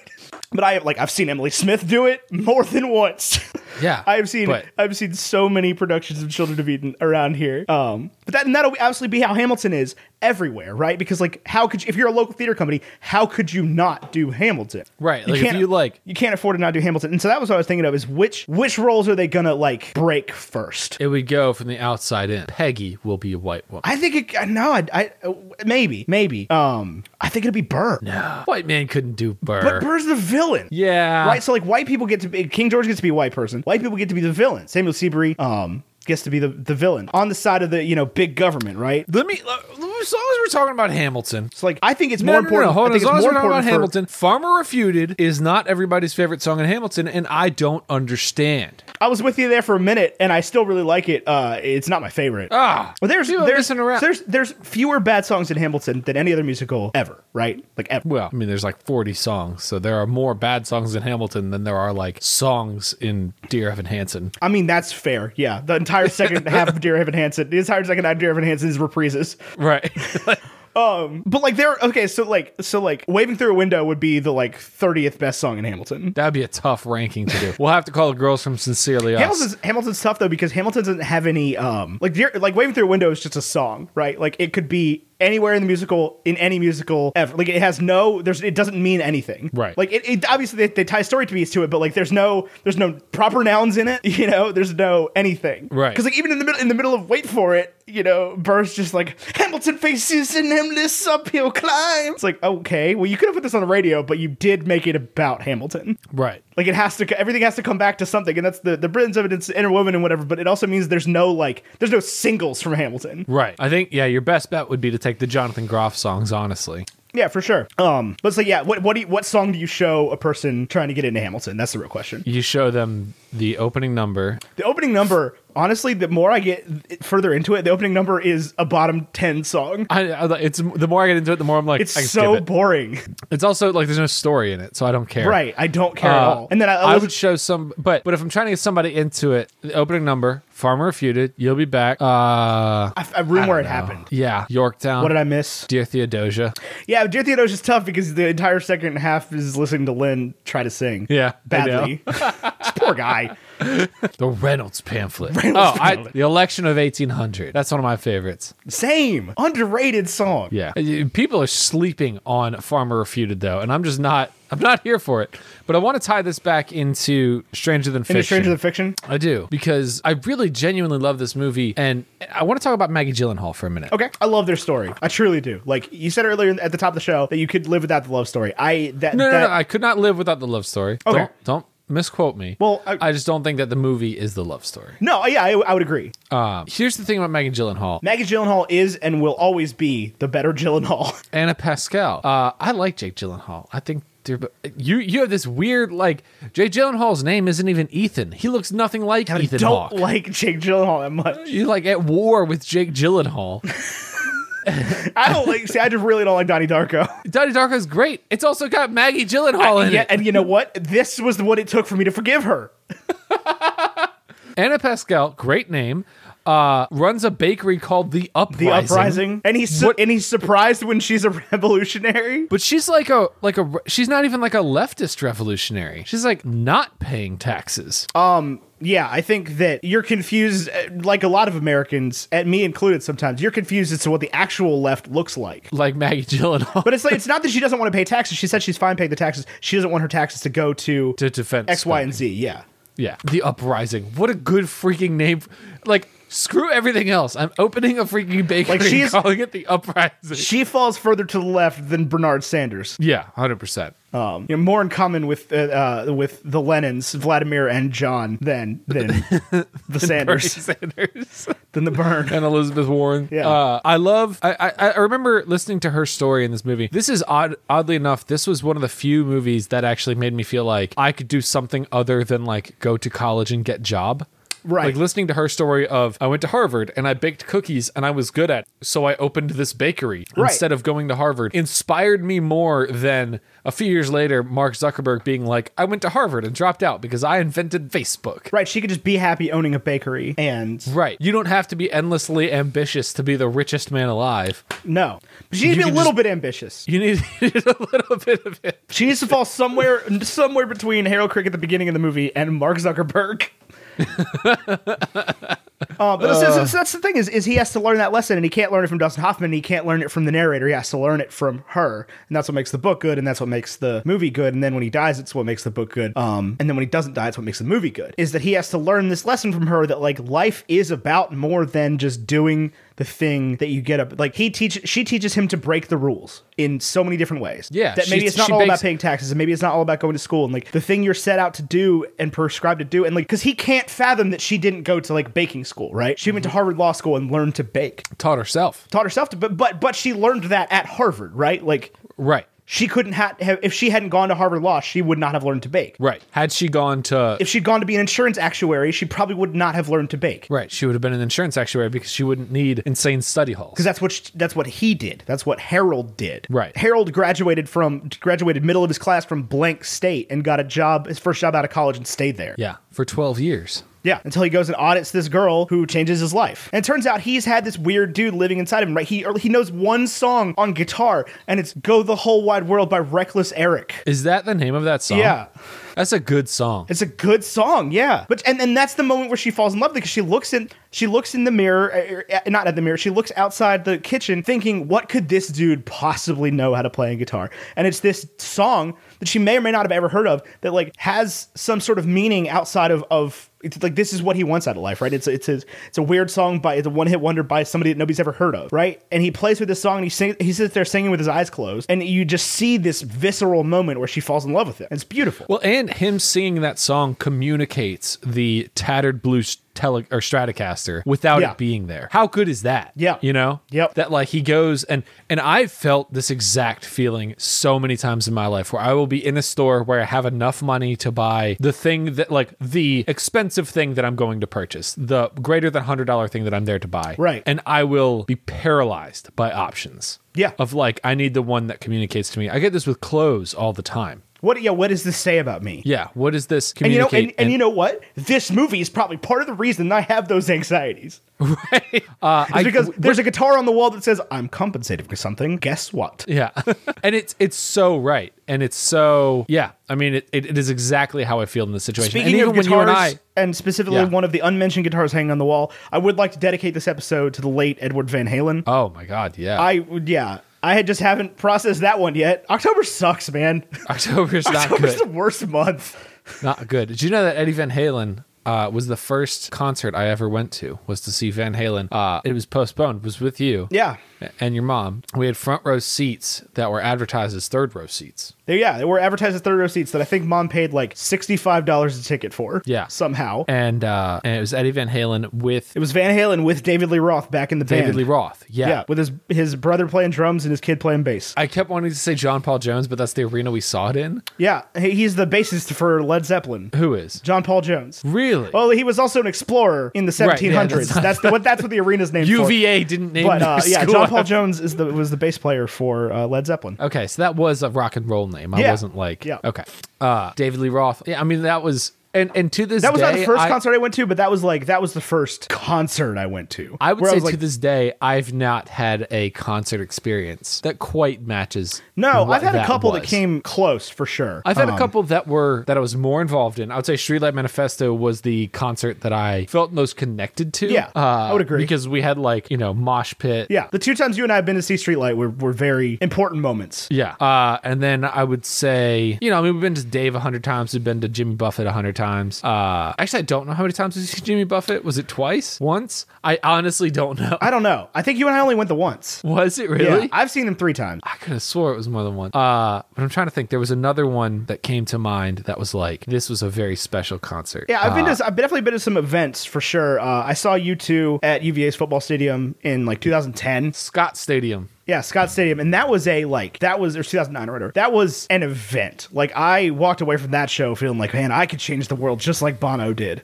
[SPEAKER 3] But I like I've seen Emily Smith do it more than once.
[SPEAKER 2] Yeah,
[SPEAKER 3] I've seen
[SPEAKER 2] but-
[SPEAKER 3] I've seen so many productions of Children of Eden around here. Um, but that and that'll absolutely be how Hamilton is everywhere, right? Because like, how could you, if you're a local theater company, how could you not do Hamilton?
[SPEAKER 2] Right,
[SPEAKER 3] You
[SPEAKER 2] like, if
[SPEAKER 3] can't-
[SPEAKER 2] you, like-
[SPEAKER 3] you can't afford to not do Hamilton. And so that was what I was thinking of is which which roles are they gonna like break first?
[SPEAKER 2] It would go from the outside in. Peggy will be a white woman.
[SPEAKER 3] I think it no, I, I maybe maybe um I think it'll be Burr,
[SPEAKER 2] white man couldn't do Burr.
[SPEAKER 3] but Burr's the villain.
[SPEAKER 2] yeah.
[SPEAKER 3] Right, so like white people get to be King George gets to be a white person. White people get to be the villain. Samuel Seabury um gets to be the, the villain on the side of the you know big government, right?
[SPEAKER 2] Let me. uh, As long as we're talking about Hamilton.
[SPEAKER 3] It's like I think it's
[SPEAKER 2] No, no,
[SPEAKER 3] more
[SPEAKER 2] no, no,
[SPEAKER 3] important.
[SPEAKER 2] Hold
[SPEAKER 3] I
[SPEAKER 2] on. As
[SPEAKER 3] think it's
[SPEAKER 2] long as
[SPEAKER 3] more
[SPEAKER 2] we're talking about
[SPEAKER 3] important for-
[SPEAKER 2] Hamilton, Farmer Refuted is not everybody's favorite song in Hamilton, and I don't understand.
[SPEAKER 3] I was with you there for a minute, and I still really like it. Uh, it's not my favorite.
[SPEAKER 2] Ah,
[SPEAKER 3] Well, there's
[SPEAKER 2] people are
[SPEAKER 3] there's,
[SPEAKER 2] messing around.
[SPEAKER 3] there's there's fewer bad songs in Hamilton than any other musical ever, right? Like ever.
[SPEAKER 2] Well, I mean, there's like 40 songs, so there are more bad songs in Hamilton than there are like songs in Dear Evan Hansen.
[SPEAKER 3] I mean that's fair. Yeah, the entire second half of Dear Evan Hansen, the entire second half of Dear Evan Hansen is reprises.
[SPEAKER 2] Right.
[SPEAKER 3] But like there, okay, so like so like waving through a window would be the like thirtieth best song in Hamilton.
[SPEAKER 2] That'd be a tough ranking to do. We'll have to call the girls from Sincerely Us.
[SPEAKER 3] Hamilton's Hamilton's tough though because Hamilton doesn't have any um like Dear- like waving through a window is just a song, right? Like it could be anywhere in the musical in any musical ever. Like it has no there's it doesn't mean anything,
[SPEAKER 2] Right.
[SPEAKER 3] Like it, it obviously they, they tie story beats to it, but like there's no there's no proper nouns in it, you know. There's no anything,
[SPEAKER 2] Right.
[SPEAKER 3] Because like even in the middle in the middle of wait for it, you know, Burr's just like Hamilton faces an endless uphill climb. It's like okay, well you could have put this on the radio, but you did make it about Hamilton.
[SPEAKER 2] Right.
[SPEAKER 3] Like it has to, everything has to come back to something, and that's the the brilliance of it. It's interwoven and whatever, but it also means there's no like, there's no singles from Hamilton.
[SPEAKER 2] Right. I think, yeah, your best bet would be to take the Jonathan Groff songs, honestly.
[SPEAKER 3] Yeah, for sure. Um, but it's like, yeah, what what do you, what song do you show a person trying to get into Hamilton? That's the real question.
[SPEAKER 2] You show them the opening number.
[SPEAKER 3] The opening number, honestly, the more I get further into it, the opening number is a bottom ten song.
[SPEAKER 2] I, I, it's the more I get into it, the more I'm like,
[SPEAKER 3] It's
[SPEAKER 2] I can
[SPEAKER 3] so
[SPEAKER 2] skip it.
[SPEAKER 3] boring,
[SPEAKER 2] It's also like there's no story in it, so I don't care.
[SPEAKER 3] right? I don't care at
[SPEAKER 2] Uh,
[SPEAKER 3] all. And then I,
[SPEAKER 2] I would show some, but but if I'm trying to get somebody into it, the opening number, Farmer Refuted, You'll Be Back, uh,
[SPEAKER 3] I, I room where it
[SPEAKER 2] No.
[SPEAKER 3] happened.
[SPEAKER 2] Yeah, Yorktown.
[SPEAKER 3] What did I miss?
[SPEAKER 2] Dear Theodosia.
[SPEAKER 3] Yeah, Dear Theodosia's tough because the entire second half is listening to Lynn try to sing.
[SPEAKER 2] Yeah, I know.
[SPEAKER 3] badly. This poor guy.
[SPEAKER 2] The Reynolds pamphlet.
[SPEAKER 3] Reynolds
[SPEAKER 2] oh, I-
[SPEAKER 3] pamphlet.
[SPEAKER 2] the election of 1800. That's one of my favorites.
[SPEAKER 3] Same underrated song.
[SPEAKER 2] Yeah, Uh, people are sleeping on Farmer Refuted though, and I'm just not. I'm not here for it. But I want to tie this back into Stranger Than Fiction.
[SPEAKER 3] Into Stranger Than Fiction.
[SPEAKER 2] I do because I really genuinely love this movie, and I want to talk about Maggie Gyllenhaal for a minute.
[SPEAKER 3] Okay, I love their story. I truly do. Like you said earlier at the top of the show, that you could live without the love story. I that
[SPEAKER 2] No, no,
[SPEAKER 3] that,
[SPEAKER 2] no, I could not live without the love story.
[SPEAKER 3] Okay.
[SPEAKER 2] Don't, don't misquote me.
[SPEAKER 3] Well, I-
[SPEAKER 2] I, just don't think that the movie is the love story.
[SPEAKER 3] no, yeah, I, I would agree.
[SPEAKER 2] Um, here's the thing about Maggie Gyllenhaal.
[SPEAKER 3] Maggie Gyllenhaal is and will always be the better Gyllenhaal.
[SPEAKER 2] Anna Pascal. Uh, I like Jake Gyllenhaal. I think they're, but you you have this weird like Jake Gyllenhaal's name isn't even Ethan. He looks nothing like
[SPEAKER 3] I
[SPEAKER 2] Ethan
[SPEAKER 3] don't
[SPEAKER 2] Hawke.
[SPEAKER 3] like Jake Gyllenhaal that much.
[SPEAKER 2] You're like at war with Jake Gyllenhaal.
[SPEAKER 3] I don't like. see, I just really don't like Donnie Darko.
[SPEAKER 2] Donnie Darko's great. It's also got Maggie Gyllenhaal in
[SPEAKER 3] Uh, yeah,
[SPEAKER 2] it.
[SPEAKER 3] and you know what? This was what it took for me to forgive her.
[SPEAKER 2] Anna Pascal, great name. Uh, runs a bakery called The Uprising.
[SPEAKER 3] The uprising, and he's su-
[SPEAKER 2] What-
[SPEAKER 3] and he's surprised when she's a revolutionary.
[SPEAKER 2] But she's like a like a she's not even like a leftist revolutionary. She's like not paying taxes.
[SPEAKER 3] Uh, Yeah, I think that you're confused, uh, like a lot of Americans, and me included sometimes, you're confused as to what the actual left looks like.
[SPEAKER 2] like Maggie Gyllenhaal
[SPEAKER 3] But it's like, it's not that she doesn't want to pay taxes. She said she's fine paying the taxes. She doesn't want her taxes to go to
[SPEAKER 2] to defense
[SPEAKER 3] X, Y,
[SPEAKER 2] spending.
[SPEAKER 3] and Z. Yeah.
[SPEAKER 2] Yeah. The Uprising. What a good freaking name. for- Like, screw everything else. I'm opening a freaking bakery
[SPEAKER 3] Like, she's-
[SPEAKER 2] and calling it The Uprising.
[SPEAKER 3] She falls further to the left than Bernard Sanders.
[SPEAKER 2] yeah, 100%.
[SPEAKER 3] Um, you know, more in common with uh, uh, with the Lennons, Vladimir and John, than than the
[SPEAKER 2] Bernie
[SPEAKER 3] Sanders,
[SPEAKER 2] Sanders.
[SPEAKER 3] than the Burn.
[SPEAKER 2] and Elizabeth Warren.
[SPEAKER 3] Yeah.
[SPEAKER 2] Uh, I love. I, I I remember listening to her story in this movie. This is odd. Oddly enough, this was one of the few movies that actually made me feel like I could do something other than like go to college and get job.
[SPEAKER 3] Right.
[SPEAKER 2] Like listening to her story of I went to Harvard and I baked cookies and I was good at it, so I opened this bakery
[SPEAKER 3] Right.
[SPEAKER 2] instead of going to Harvard inspired me more than a few years later Mark Zuckerberg being like I went to Harvard and dropped out because I invented Facebook.
[SPEAKER 3] Right, she could just be happy owning a bakery, and
[SPEAKER 2] Right. You don't have to be endlessly ambitious to be the richest man alive.
[SPEAKER 3] no, but she needs
[SPEAKER 2] You
[SPEAKER 3] to be
[SPEAKER 2] could
[SPEAKER 3] a little
[SPEAKER 2] just-
[SPEAKER 3] bit ambitious.
[SPEAKER 2] You need, you need a little bit of it.
[SPEAKER 3] She needs to fall somewhere somewhere between Harold Crick at the beginning of the movie and Mark Zuckerberg. uh, but that's, that's, that's the thing is, is he has to learn that lesson and he can't learn it from Dustin Hoffman and he can't learn it from the narrator. He has to learn it from her, and that's what makes the book good and that's what makes the movie good. And then when he dies, it's what makes the book good. Um, and then when he doesn't die, it's what makes the movie good. Is that he has to learn this lesson from her that like life is about more than just doing the thing that you get up. Like he teaches, she teaches him to break the rules in so many different ways.
[SPEAKER 2] Yeah,
[SPEAKER 3] that maybe
[SPEAKER 2] she-
[SPEAKER 3] it's not
[SPEAKER 2] she
[SPEAKER 3] all about
[SPEAKER 2] bakes-
[SPEAKER 3] paying taxes, and maybe it's not all about going to school, and like the thing you're set out to do and prescribed to do, and like because he can't fathom that she didn't go to like baking school, right? She
[SPEAKER 2] Mm-hmm.
[SPEAKER 3] went to Harvard Law School and learned to bake,
[SPEAKER 2] Taught herself.
[SPEAKER 3] taught herself to, but but but she learned that at Harvard, right? Like
[SPEAKER 2] Right.
[SPEAKER 3] she couldn't ha- have if she hadn't gone to Harvard Law, she would not have learned to bake.
[SPEAKER 2] Right. Had she gone to.
[SPEAKER 3] If she'd gone to be an insurance actuary, she probably would not have learned to bake.
[SPEAKER 2] Right. She would have been an insurance actuary because she wouldn't need insane study halls.
[SPEAKER 3] because that's what sh that's what he did. That's what Harold did.
[SPEAKER 2] Right.
[SPEAKER 3] Harold graduated from graduated middle of his class from blank state and got a job, his first job out of college, and stayed there.
[SPEAKER 2] Yeah. For 12 years.
[SPEAKER 3] Yeah, until he goes and audits this girl who changes his life. And it turns out he's had this weird dude living inside him, right? He or he knows one song on guitar, and it's "Go the Whole Wide World" by Reckless Eric.
[SPEAKER 2] Is that the name of that song?
[SPEAKER 3] Yeah.
[SPEAKER 2] That's a good song.
[SPEAKER 3] It's a good song, yeah. But and and that's the moment where she falls in love because she looks in she looks in the mirror, uh, uh, not at the mirror. She looks outside the kitchen, thinking, "What could this dude possibly know how to play a guitar?" And it's this song that she may or may not have ever heard of that like has some sort of meaning outside of of it's like this is what he wants out of life, right? It's it's his, it's a weird song by it's a one hit wonder by somebody that nobody's ever heard of, right? And he plays with this song and he sings, he sits there singing with his eyes closed, and you just see this visceral moment where she falls in love with him. It's beautiful.
[SPEAKER 2] Well, and him singing that song communicates the tattered blue s- tele or Stratocaster without
[SPEAKER 3] Yeah.
[SPEAKER 2] it being there. How good is that?
[SPEAKER 3] Yeah.
[SPEAKER 2] you know,
[SPEAKER 3] Yep.
[SPEAKER 2] That like he goes and and I've felt this exact feeling so many times in my life where I will be in a store where I have enough money to buy the thing that like the expensive thing that I'm going to purchase, the greater than hundred dollar thing that I'm there to buy,
[SPEAKER 3] Right.
[SPEAKER 2] And I will be paralyzed by options.
[SPEAKER 3] Yeah.
[SPEAKER 2] Of like, I need the one that communicates to me. I get this with clothes all the time.
[SPEAKER 3] What yeah, what does this say about me?
[SPEAKER 2] Yeah, what does this
[SPEAKER 3] And you know,
[SPEAKER 2] communicate?
[SPEAKER 3] and, and you know what? This movie is probably part of the reason I have those anxieties.
[SPEAKER 2] uh,
[SPEAKER 3] It's
[SPEAKER 2] I-
[SPEAKER 3] because there's a guitar on the wall that says, I'm compensated for something. Guess what?
[SPEAKER 2] yeah, and it's it's so right, and it's so yeah. I mean, it, it, it is exactly how I feel in this situation.
[SPEAKER 3] Speaking
[SPEAKER 2] and
[SPEAKER 3] of
[SPEAKER 2] even
[SPEAKER 3] guitars,
[SPEAKER 2] when you and I,
[SPEAKER 3] specifically
[SPEAKER 2] Yeah.
[SPEAKER 3] one of the unmentioned guitars hanging on the wall, I would like to dedicate this episode to the late Edward Van Halen.
[SPEAKER 2] oh my god, yeah,
[SPEAKER 3] I would, yeah. I had just haven't processed that one yet. October sucks, man.
[SPEAKER 2] October's not
[SPEAKER 3] October's the
[SPEAKER 2] good,
[SPEAKER 3] worst month.
[SPEAKER 2] not good. Did you know that Eddie Van Halen? Uh, was the first concert I ever went to was to see Van Halen. Uh, it was postponed. Was with you,
[SPEAKER 3] Yeah.
[SPEAKER 2] and your mom. We had front row seats that were advertised as third row seats.
[SPEAKER 3] They, yeah, they were advertised as third row seats that I think mom paid like $65 a ticket for.
[SPEAKER 2] Yeah.
[SPEAKER 3] Somehow.
[SPEAKER 2] And uh, and it was Eddie Van Halen with
[SPEAKER 3] It was Van Halen with David Lee Roth back in the band.
[SPEAKER 2] David Lee Roth.
[SPEAKER 3] Yeah. with his his brother playing drums and his kid playing bass.
[SPEAKER 2] I kept wanting to say John Paul Jones, but that's the arena we saw it in.
[SPEAKER 3] Yeah, he- he's the bassist for Led Zeppelin.
[SPEAKER 2] Who is?
[SPEAKER 3] John Paul Jones.
[SPEAKER 2] Really?
[SPEAKER 3] Well, he was also an explorer in the 1700s.
[SPEAKER 2] yeah,
[SPEAKER 3] that's
[SPEAKER 2] that's not-
[SPEAKER 3] the, what that's what the arena's named for.
[SPEAKER 2] UVA didn't name
[SPEAKER 3] But
[SPEAKER 2] their
[SPEAKER 3] uh, yeah,
[SPEAKER 2] school
[SPEAKER 3] John Paul
[SPEAKER 2] after-
[SPEAKER 3] Jones is the was the bass player for uh, Led Zeppelin.
[SPEAKER 2] Okay, so that was a rock and roll name. I
[SPEAKER 3] Yeah.
[SPEAKER 2] wasn't like
[SPEAKER 3] Yeah.
[SPEAKER 2] okay. Uh David Lee Roth. Yeah, I mean that was and and to this
[SPEAKER 3] That was
[SPEAKER 2] day,
[SPEAKER 3] not the first
[SPEAKER 2] I,
[SPEAKER 3] concert I went to, but that was like that was the first concert I went to.
[SPEAKER 2] I would
[SPEAKER 3] where
[SPEAKER 2] say
[SPEAKER 3] was
[SPEAKER 2] to
[SPEAKER 3] like,
[SPEAKER 2] this day, I've not had a concert experience that quite matches.
[SPEAKER 3] no,
[SPEAKER 2] what
[SPEAKER 3] I've had a
[SPEAKER 2] that
[SPEAKER 3] couple that
[SPEAKER 2] was.
[SPEAKER 3] came close for sure.
[SPEAKER 2] I've had
[SPEAKER 3] Um,
[SPEAKER 2] a couple that were that I was more involved in. I would say Streetlight Manifesto was the concert that I felt most connected to.
[SPEAKER 3] Yeah,
[SPEAKER 2] uh,
[SPEAKER 3] I would agree.
[SPEAKER 2] because we had like you know mosh pit.
[SPEAKER 3] Yeah, the two times you and I have been to see Streetlight were were very important moments.
[SPEAKER 2] Yeah. Uh, and then I would say, you know, I mean, we've been to Dave a hundred times. We've been to Jimmy Buffett a hundred times. Uh, actually, I don't know how many times we've seen Jimmy Buffett. Was it twice? Once? I honestly don't know.
[SPEAKER 3] I don't know. I think you and I only went the once.
[SPEAKER 2] Was it really?
[SPEAKER 3] Yeah, I've seen him three times.
[SPEAKER 2] I could have swore it was more than one. Uh, but I'm trying to think. There was another one that came to mind that was like this was a very special concert. Uh,
[SPEAKER 3] Yeah, I've been to. I've definitely been to some events for sure. Uh, I saw you two at UVA's football stadium in like 2010.
[SPEAKER 2] Scott Stadium.
[SPEAKER 3] Yeah, Scott Stadium, and that was a like that was or 2009 or whatever. That was an event. Like I walked away from that show feeling like, man, I could change the world just like Bono did.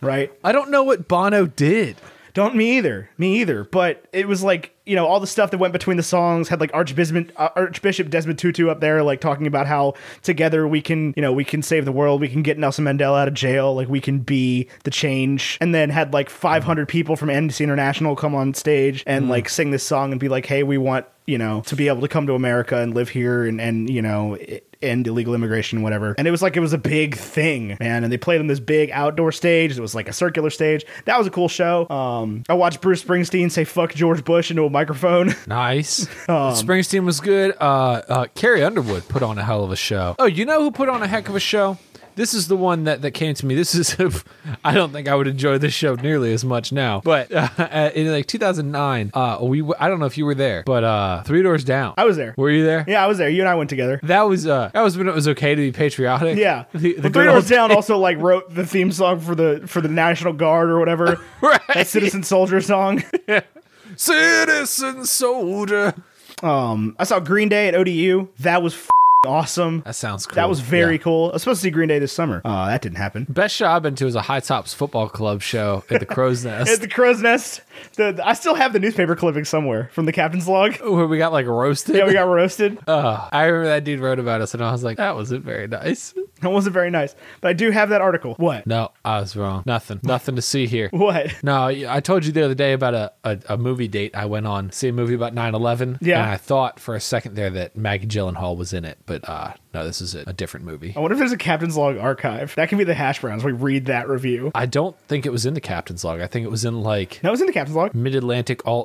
[SPEAKER 3] Right?
[SPEAKER 2] I don't know what Bono did.
[SPEAKER 3] Don't me either. Me either. But it was like, you know, all the stuff that went between the songs had like Archbishop uh, Archbishop Desmond Tutu up there like talking about how together we can, you know, we can save the world, we can get Nelson Mandela out of jail, like we can be the change. And then had like 500 people from Amnesty International come on stage and like sing this song and be like, "Hey, we want, you know, to be able to come to America and live here and and, you know, it, end illegal immigration, whatever. And it was like it was a big thing, man. And they played on this big outdoor stage. It was like a circular stage. That was a cool show. Um, I watched Bruce Springsteen say "fuck George Bush" into a microphone.
[SPEAKER 2] Nice.
[SPEAKER 3] Um,
[SPEAKER 2] Springsteen was good. Uh, uh, Carrie Underwood put on a hell of a show. Oh, you know who put on a heck of a show? This is the one that, that came to me. This is, I don't think I would enjoy this show nearly as much now. But uh, in like 2009, uh, we w- I don't know if you were there, but uh, Three Doors Down.
[SPEAKER 3] I was there.
[SPEAKER 2] Were you there?
[SPEAKER 3] yeah, I was there. You and I went together.
[SPEAKER 2] That was uh, that was when it was okay to be patriotic.
[SPEAKER 3] Yeah,
[SPEAKER 2] The, the
[SPEAKER 3] Well,
[SPEAKER 2] good
[SPEAKER 3] Three Doors
[SPEAKER 2] old-
[SPEAKER 3] Down also like wrote the theme song for the for the National Guard or whatever,
[SPEAKER 2] Right.
[SPEAKER 3] that Citizen Soldier song.
[SPEAKER 2] Citizen soldier.
[SPEAKER 3] Um, I saw Green Day at ODU. That was f- awesome.
[SPEAKER 2] That sounds cool.
[SPEAKER 3] That was very
[SPEAKER 2] Yeah.
[SPEAKER 3] cool. I was supposed to see Green Day this summer. Uh, that didn't happen.
[SPEAKER 2] Best show I've been to was a High Tops football club show at the Crow's Nest.
[SPEAKER 3] At the crow's nest, the, I still have the newspaper clipping somewhere from the captain's log.
[SPEAKER 2] where we got like roasted.
[SPEAKER 3] Yeah, we got roasted.
[SPEAKER 2] Ugh. I remember that dude wrote about us, and I was like, that wasn't very nice.
[SPEAKER 3] That wasn't very nice, but I do have that article. What?
[SPEAKER 2] No, I was wrong. Nothing. Nothing to see here.
[SPEAKER 3] What?
[SPEAKER 2] No, I told you the other day about a, a, a movie date I went on, see a movie about 9 11.
[SPEAKER 3] Yeah.
[SPEAKER 2] And I thought for a second there that Maggie Gyllenhaal was in it, but uh, no, this is a, a different movie.
[SPEAKER 3] I wonder if there's a captain's log archive. That can be the hash browns. We read that review.
[SPEAKER 2] I don't think it was in the captain's log. I think it was in like
[SPEAKER 3] No, it was in the captain's log.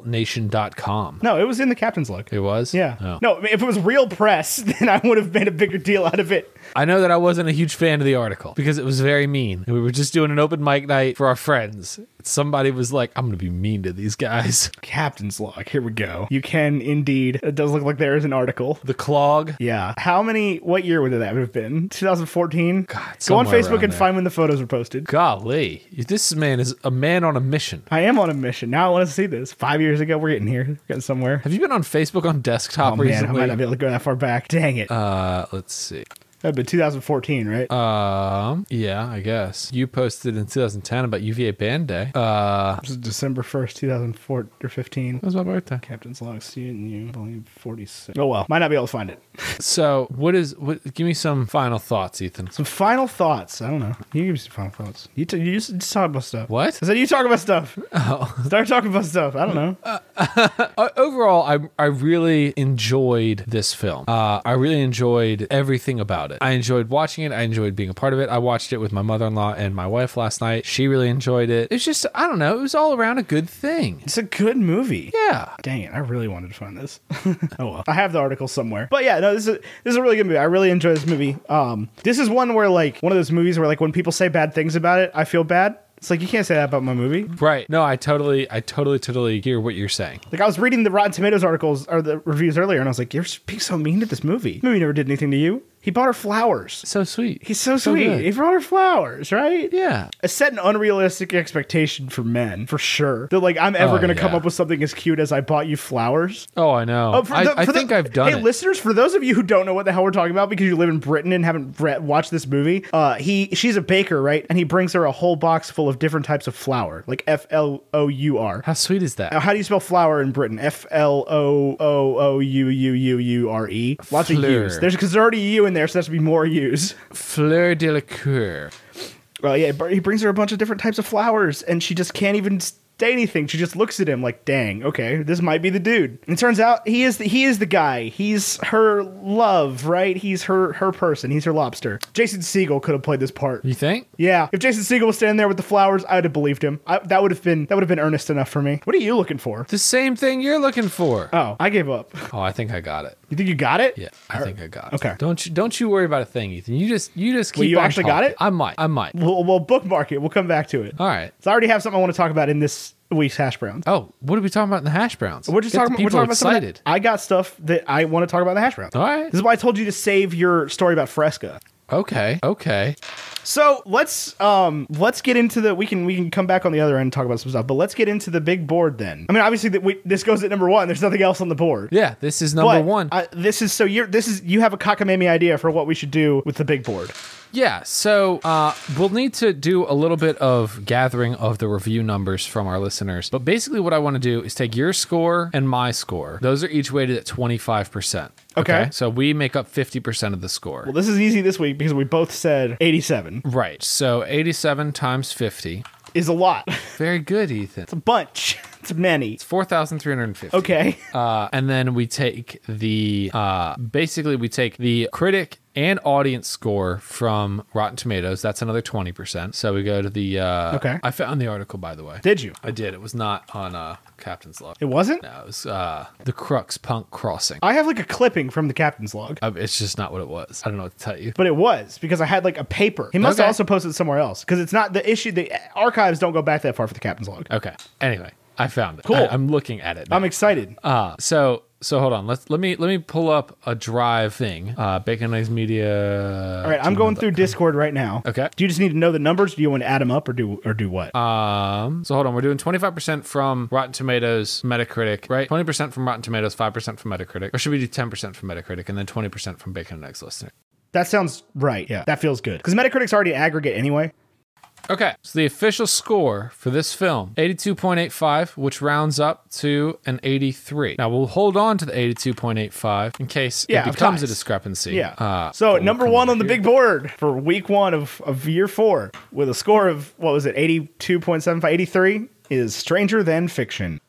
[SPEAKER 2] midatlanticaltnation.com.
[SPEAKER 3] No, it was in the captain's log.
[SPEAKER 2] It was?
[SPEAKER 3] Yeah.
[SPEAKER 2] Oh.
[SPEAKER 3] No, I mean, if it was real press, then I would have made a bigger deal out of it.
[SPEAKER 2] I know that I wasn't a huge fan of the article because it was very mean. And we were just doing an open mic night for our friends. Somebody was like, I'm going to be mean to these guys.
[SPEAKER 3] Captain's log. Here we go. You can indeed. It does look like there is an article.
[SPEAKER 2] The clog.
[SPEAKER 3] Yeah. How many? What year would that have been? 2014.
[SPEAKER 2] God,
[SPEAKER 3] Go on
[SPEAKER 2] somewhere
[SPEAKER 3] Facebook
[SPEAKER 2] around
[SPEAKER 3] and
[SPEAKER 2] there.
[SPEAKER 3] find when the photos were posted.
[SPEAKER 2] Golly, this man is a man on a mission.
[SPEAKER 3] I am on a mission. Now I want to see this. Five years ago, we're getting here. We're getting somewhere.
[SPEAKER 2] Have you been on Facebook on desktop
[SPEAKER 3] Oh man, I
[SPEAKER 2] recently?
[SPEAKER 3] might not be able to go that far back. Dang it.
[SPEAKER 2] uh, let's see.
[SPEAKER 3] That'd been 2014, right?
[SPEAKER 2] Um, yeah, I guess you posted in 2010 about UVA band day. Uh,
[SPEAKER 3] This is December 1st, 2004 or 15.
[SPEAKER 2] that was my birthday.
[SPEAKER 3] Captain's log student, you believe 46. Oh well, might not be able to find it.
[SPEAKER 2] So, what is? What, give me some final thoughts, Ethan.
[SPEAKER 3] Some final thoughts. I don't know. You give me some final thoughts. You, t- you just, just talk about stuff.
[SPEAKER 2] What?
[SPEAKER 3] I said you talk about stuff. Oh. Start talking about stuff. I don't know.
[SPEAKER 2] Uh, overall, I I really enjoyed this film. Uh, I really enjoyed everything about it. I enjoyed watching it. I enjoyed being a part of it. I watched it with my mother in law and my wife last night. She really enjoyed it. It's just I don't know. It was all around a good thing.
[SPEAKER 3] it's a good movie.
[SPEAKER 2] Yeah.
[SPEAKER 3] Dang it! I really wanted to find this. oh well, I have the article somewhere. But yeah, no, this is this is a really good movie. I really enjoy this movie. Um, this is one where like one of those movies where like when people say bad things about it, I feel bad. It's like you can't say that about my movie.
[SPEAKER 2] Right. No, I totally, I totally, totally hear what you're saying.
[SPEAKER 3] Like I was reading the Rotten Tomatoes articles or the reviews earlier, and I was like, "You're being so mean to this movie. Movie never did anything to you. He bought her flowers.
[SPEAKER 2] So sweet.
[SPEAKER 3] He's so sweet.
[SPEAKER 2] good.
[SPEAKER 3] he brought her flowers, right?
[SPEAKER 2] yeah.
[SPEAKER 3] I set an unrealistic expectation for men, for sure. That like I'm ever
[SPEAKER 2] Oh,
[SPEAKER 3] gonna come
[SPEAKER 2] yeah.
[SPEAKER 3] up with something as cute as I bought you flowers.
[SPEAKER 2] Oh, I know.
[SPEAKER 3] Oh, for
[SPEAKER 2] I,
[SPEAKER 3] the-
[SPEAKER 2] I
[SPEAKER 3] for the-
[SPEAKER 2] think I've done
[SPEAKER 3] Hey,
[SPEAKER 2] it.
[SPEAKER 3] listeners, for those of you who don't know what the hell we're talking about because you live in Britain and haven't re- watched this movie, uh, he she's a baker, right? And he brings her a whole box full of different types of flour, like F L O U R.
[SPEAKER 2] How sweet is that?
[SPEAKER 3] Now, how do you spell flour in Britain? F L O O O U U U U R E. Lots of
[SPEAKER 2] Fleur.
[SPEAKER 3] U's. There's because there's already a U in there, so there has to be more U's.
[SPEAKER 2] Fleur de la cour.
[SPEAKER 3] Well, yeah, but he brings her a bunch of different types of flowers, and she just can't even say anything. She just looks at him like, "Dang, okay, this might be the dude." And it turns out he is the, he is the guy. He's her love, right? He's her her person. He's her lobster. Jason Siegel could have played this part.
[SPEAKER 2] You think?
[SPEAKER 3] Yeah, if Jason Siegel was standing there with the flowers, I'd have believed him. I, that would have been that would have been earnest enough for me. What are you looking for? Uh.
[SPEAKER 2] The same thing you're looking for.
[SPEAKER 3] Oh, I gave up.
[SPEAKER 2] Oh, I think I got it.
[SPEAKER 3] You think you got it?
[SPEAKER 2] Yeah, I think I got it.
[SPEAKER 3] okay.
[SPEAKER 2] Don't you don't you worry about a thing, Ethan. You just you just keep.
[SPEAKER 3] Wait, you
[SPEAKER 2] on
[SPEAKER 3] actually got
[SPEAKER 2] talking.
[SPEAKER 3] it?
[SPEAKER 2] I might. I might.
[SPEAKER 3] We'll, we'll bookmark it. We'll come back to it.
[SPEAKER 2] All right.
[SPEAKER 3] So I already have something I want to talk about in this week's hash browns.
[SPEAKER 2] Oh, what are we talking about in the hash browns?
[SPEAKER 3] We're just
[SPEAKER 2] Get the
[SPEAKER 3] talking. We're
[SPEAKER 2] people
[SPEAKER 3] talking about something
[SPEAKER 2] excited.
[SPEAKER 3] that- I got stuff that I want to talk about in the hash browns.
[SPEAKER 2] All right.
[SPEAKER 3] This is why I told you to save your story about Fresca.
[SPEAKER 2] Okay. Okay.
[SPEAKER 3] So let's um let's get into the we can we can come back on the other end and talk about some stuff, but let's get into the big board then. I mean, obviously that we this goes at number one. There's nothing else on the board.
[SPEAKER 2] Yeah. This is number
[SPEAKER 3] But,
[SPEAKER 2] one.
[SPEAKER 3] uh, this is so you're this is you have a cockamamie idea for what we should do with the big board.
[SPEAKER 2] Yeah, so uh, we'll need to do a little bit of gathering of the review numbers from our listeners. But basically, what I want to do is take your score and my score. Those are each weighted at 25%.
[SPEAKER 3] Okay.
[SPEAKER 2] So we make up 50% of the score.
[SPEAKER 3] Well, this is easy this week because we both said 87
[SPEAKER 2] right. So 87 times 50.
[SPEAKER 3] is a lot.
[SPEAKER 2] Very good, Ethan.
[SPEAKER 3] It's a bunch. It's many.
[SPEAKER 2] 4,350.
[SPEAKER 3] Okay.
[SPEAKER 2] Uh, and then we take the uh, basically we take the critic and audience score from Rotten Tomatoes. That's another twenty percent. So we go to the uh,
[SPEAKER 3] Okay.
[SPEAKER 2] I found the article by the way.
[SPEAKER 3] Did you?
[SPEAKER 2] I did. It was not on uh, Captain's Log.
[SPEAKER 3] It wasn't?
[SPEAKER 2] No, it was uh, the Crux Punk Crossing.
[SPEAKER 3] I have like a clipping from the captain's log.
[SPEAKER 2] Uh, it's just not what it was. I don't know what to tell you.
[SPEAKER 3] but it was because I had like a paper. He must
[SPEAKER 2] Okay.
[SPEAKER 3] have also posted it somewhere else because it's not the issue. The archives don't go back that far for the captain's log.
[SPEAKER 2] Okay. Anyway, I found it.
[SPEAKER 3] Cool.
[SPEAKER 2] I, am looking at it. Now.
[SPEAKER 3] I'm excited.
[SPEAKER 2] Uh, so so hold on. Let's let me let me pull up a drive thing. Uh, Bacon Eggs Media.
[SPEAKER 3] All right, I'm going through Discord right now.
[SPEAKER 2] Okay.
[SPEAKER 3] Do you just need to know the numbers? Do you want to add them up or do or do what?
[SPEAKER 2] Um, so hold on, we're doing 25% from Rotten Tomatoes, Metacritic, right? 20% from Rotten Tomatoes, 5% from Metacritic. Or should we do 10% from Metacritic and then 20% from Bacon and Eggs Listener?
[SPEAKER 3] that sounds right. Yeah, that feels good because Metacritic's already an aggregate anyway.
[SPEAKER 2] Okay, so the official score for this film, 82.85, which rounds up to an 83. Now we'll hold on to the 82.85 in case
[SPEAKER 3] Yeah,
[SPEAKER 2] it
[SPEAKER 3] of
[SPEAKER 2] becomes a
[SPEAKER 3] course.
[SPEAKER 2] discrepancy.
[SPEAKER 3] Yeah.
[SPEAKER 2] Uh,
[SPEAKER 3] so
[SPEAKER 2] but we'll
[SPEAKER 3] number
[SPEAKER 2] come
[SPEAKER 3] one
[SPEAKER 2] over
[SPEAKER 3] on the
[SPEAKER 2] here.
[SPEAKER 3] big board for week one of, of year four with a score of what was it, 82.75, 83 is Stranger Than Fiction.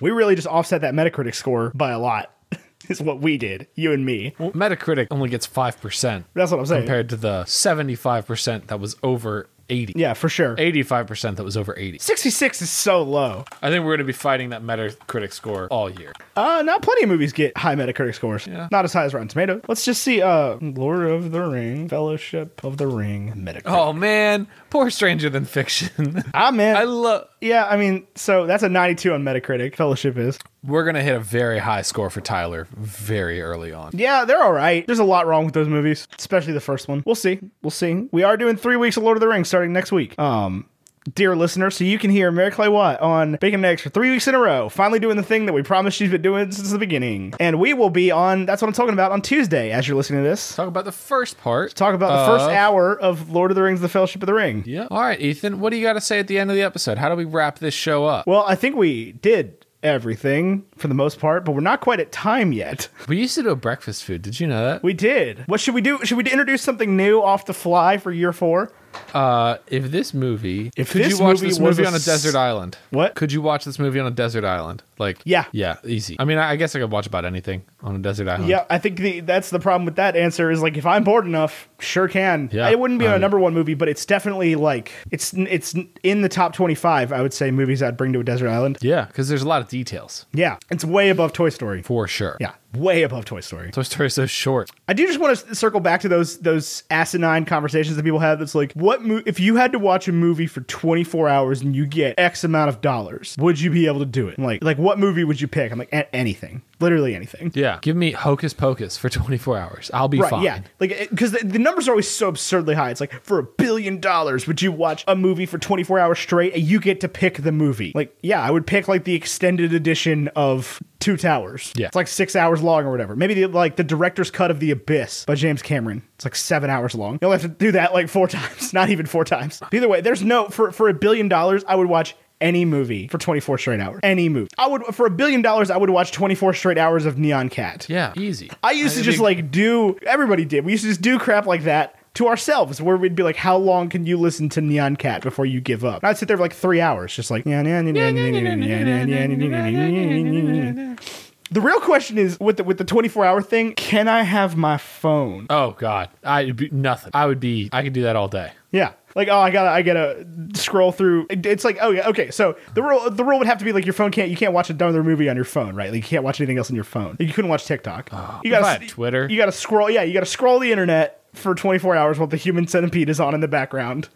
[SPEAKER 3] We really just offset that Metacritic score by a lot. Is what we did, you and me.
[SPEAKER 2] Well, Uh, Metacritic only gets 5%
[SPEAKER 3] That's what I'm saying.
[SPEAKER 2] compared to the 75% that was over 80.
[SPEAKER 3] yeah, for sure.
[SPEAKER 2] 85% that was over 80.
[SPEAKER 3] 66 is so low.
[SPEAKER 2] I think we're going to be fighting that Metacritic score all year.
[SPEAKER 3] Uh, not plenty of movies get high Metacritic scores. Not as high as Rotten Tomatoes. Let's just see. Uh, Lord of the Ring, Fellowship of the Ring, Metacritic.
[SPEAKER 2] Oh man, poor Stranger Than Fiction.
[SPEAKER 3] ah man.
[SPEAKER 2] I love.
[SPEAKER 3] yeah, I mean, so that's a 92 on Metacritic. Fellowship is.
[SPEAKER 2] We're gonna hit a very high score for Tyler very early on.
[SPEAKER 3] Yeah, they're all right. There's a lot wrong with those movies, especially the first one. We'll see. We'll see. We are doing three weeks of Lord of the Rings starting next week. Um, dear listener, so you can hear Mary Clay Watt on Bacon and Eggs for three weeks in a row, finally doing the thing that we promised she's been doing since the beginning. And we will be on, that's what I'm talking about, on Tuesday as you're listening to this.
[SPEAKER 2] Talk about the first part.
[SPEAKER 3] Talk about the
[SPEAKER 2] of-
[SPEAKER 3] first hour of Lord of the Rings, The Fellowship of the Ring.
[SPEAKER 2] Yeah. All right, Ethan. What do you got to say at the end of the episode? How do we wrap this show up?
[SPEAKER 3] Well, I think we did everything for the most part, but we're not quite at time yet.
[SPEAKER 2] We used to do a breakfast food. Did you know that?
[SPEAKER 3] We did. What should we do? Should we introduce something new off the fly for year four?
[SPEAKER 2] Uh, if this movie,
[SPEAKER 3] If
[SPEAKER 2] could
[SPEAKER 3] this
[SPEAKER 2] you watch
[SPEAKER 3] movie
[SPEAKER 2] this
[SPEAKER 3] was
[SPEAKER 2] movie
[SPEAKER 3] a
[SPEAKER 2] on a
[SPEAKER 3] s-
[SPEAKER 2] desert island?
[SPEAKER 3] What?
[SPEAKER 2] Could you watch this movie on a desert island? Like,
[SPEAKER 3] Yeah.
[SPEAKER 2] yeah, easy. I mean, I, I guess I could watch about anything on a desert island.
[SPEAKER 3] Yeah, I think the, that's the problem with that answer is like if I'm bored enough, sure can.
[SPEAKER 2] Yeah.
[SPEAKER 3] it wouldn't be
[SPEAKER 2] I-
[SPEAKER 3] a number one movie, but it's definitely like it's it's in the top twenty five. I would say movies I'd bring to a desert island.
[SPEAKER 2] Yeah, because there's a lot of details
[SPEAKER 3] Yeah, it's way above Toy Story.
[SPEAKER 2] for sure.
[SPEAKER 3] Yeah, way above Toy Story.
[SPEAKER 2] Toy Story's so short.
[SPEAKER 3] I do just want to circle back to those those asinine conversations that people have. That's like, what mo- if you had to watch a movie for 24 hours and you get X amount of dollars? Would you be able to do it? I'm like, like what movie would you pick? I'm like, a- anything, literally anything.
[SPEAKER 2] Yeah. Give me Hocus Pocus for 24 hours. I'll be
[SPEAKER 3] Right,
[SPEAKER 2] fine.
[SPEAKER 3] yeah, like because the, the numbers are always so absurdly high. It's like for a billion dollars, would you watch a movie for 24 hours straight? And you get to pick the movie. Like, yeah, I would pick like the extended edition of Two Towers.
[SPEAKER 2] Yeah.
[SPEAKER 3] it's like six hours long or whatever. Maybe the, like the director's cut of The Abyss by James Cameron. It's like seven hours long. You'll have to do that like four times, not even four times. Either way, there's no for for a billion dollars, I would watch. Any movie for 24 straight hours. Any movie. I would, for a billion dollars, I would watch 24 straight hours of Neon Cat.
[SPEAKER 2] Yeah. Easy.
[SPEAKER 3] I used to just like do everybody did. We used to just do crap like that to ourselves, where we'd be like, "How long can you listen to Neon Cat before you give up?" And I'd sit there for like three hours, just like. The real question is with the with the twenty four hour thing. Can I have my phone?
[SPEAKER 2] Oh God. I'd be nothing. I would be I could do that all day.
[SPEAKER 3] Yeah. Like, oh, I gotta, I gotta scroll through. It- It's like, oh yeah, okay. So the rule, the rule would have to be like your phone can't, you can't watch another movie on your phone, right? Like you can't watch anything else on your phone. You couldn't watch TikTok. you
[SPEAKER 2] if I had Oh, Twitter.
[SPEAKER 3] You gotta scroll. Yeah, you gotta scroll the internet for 24 hours while the human centipede is on in the background.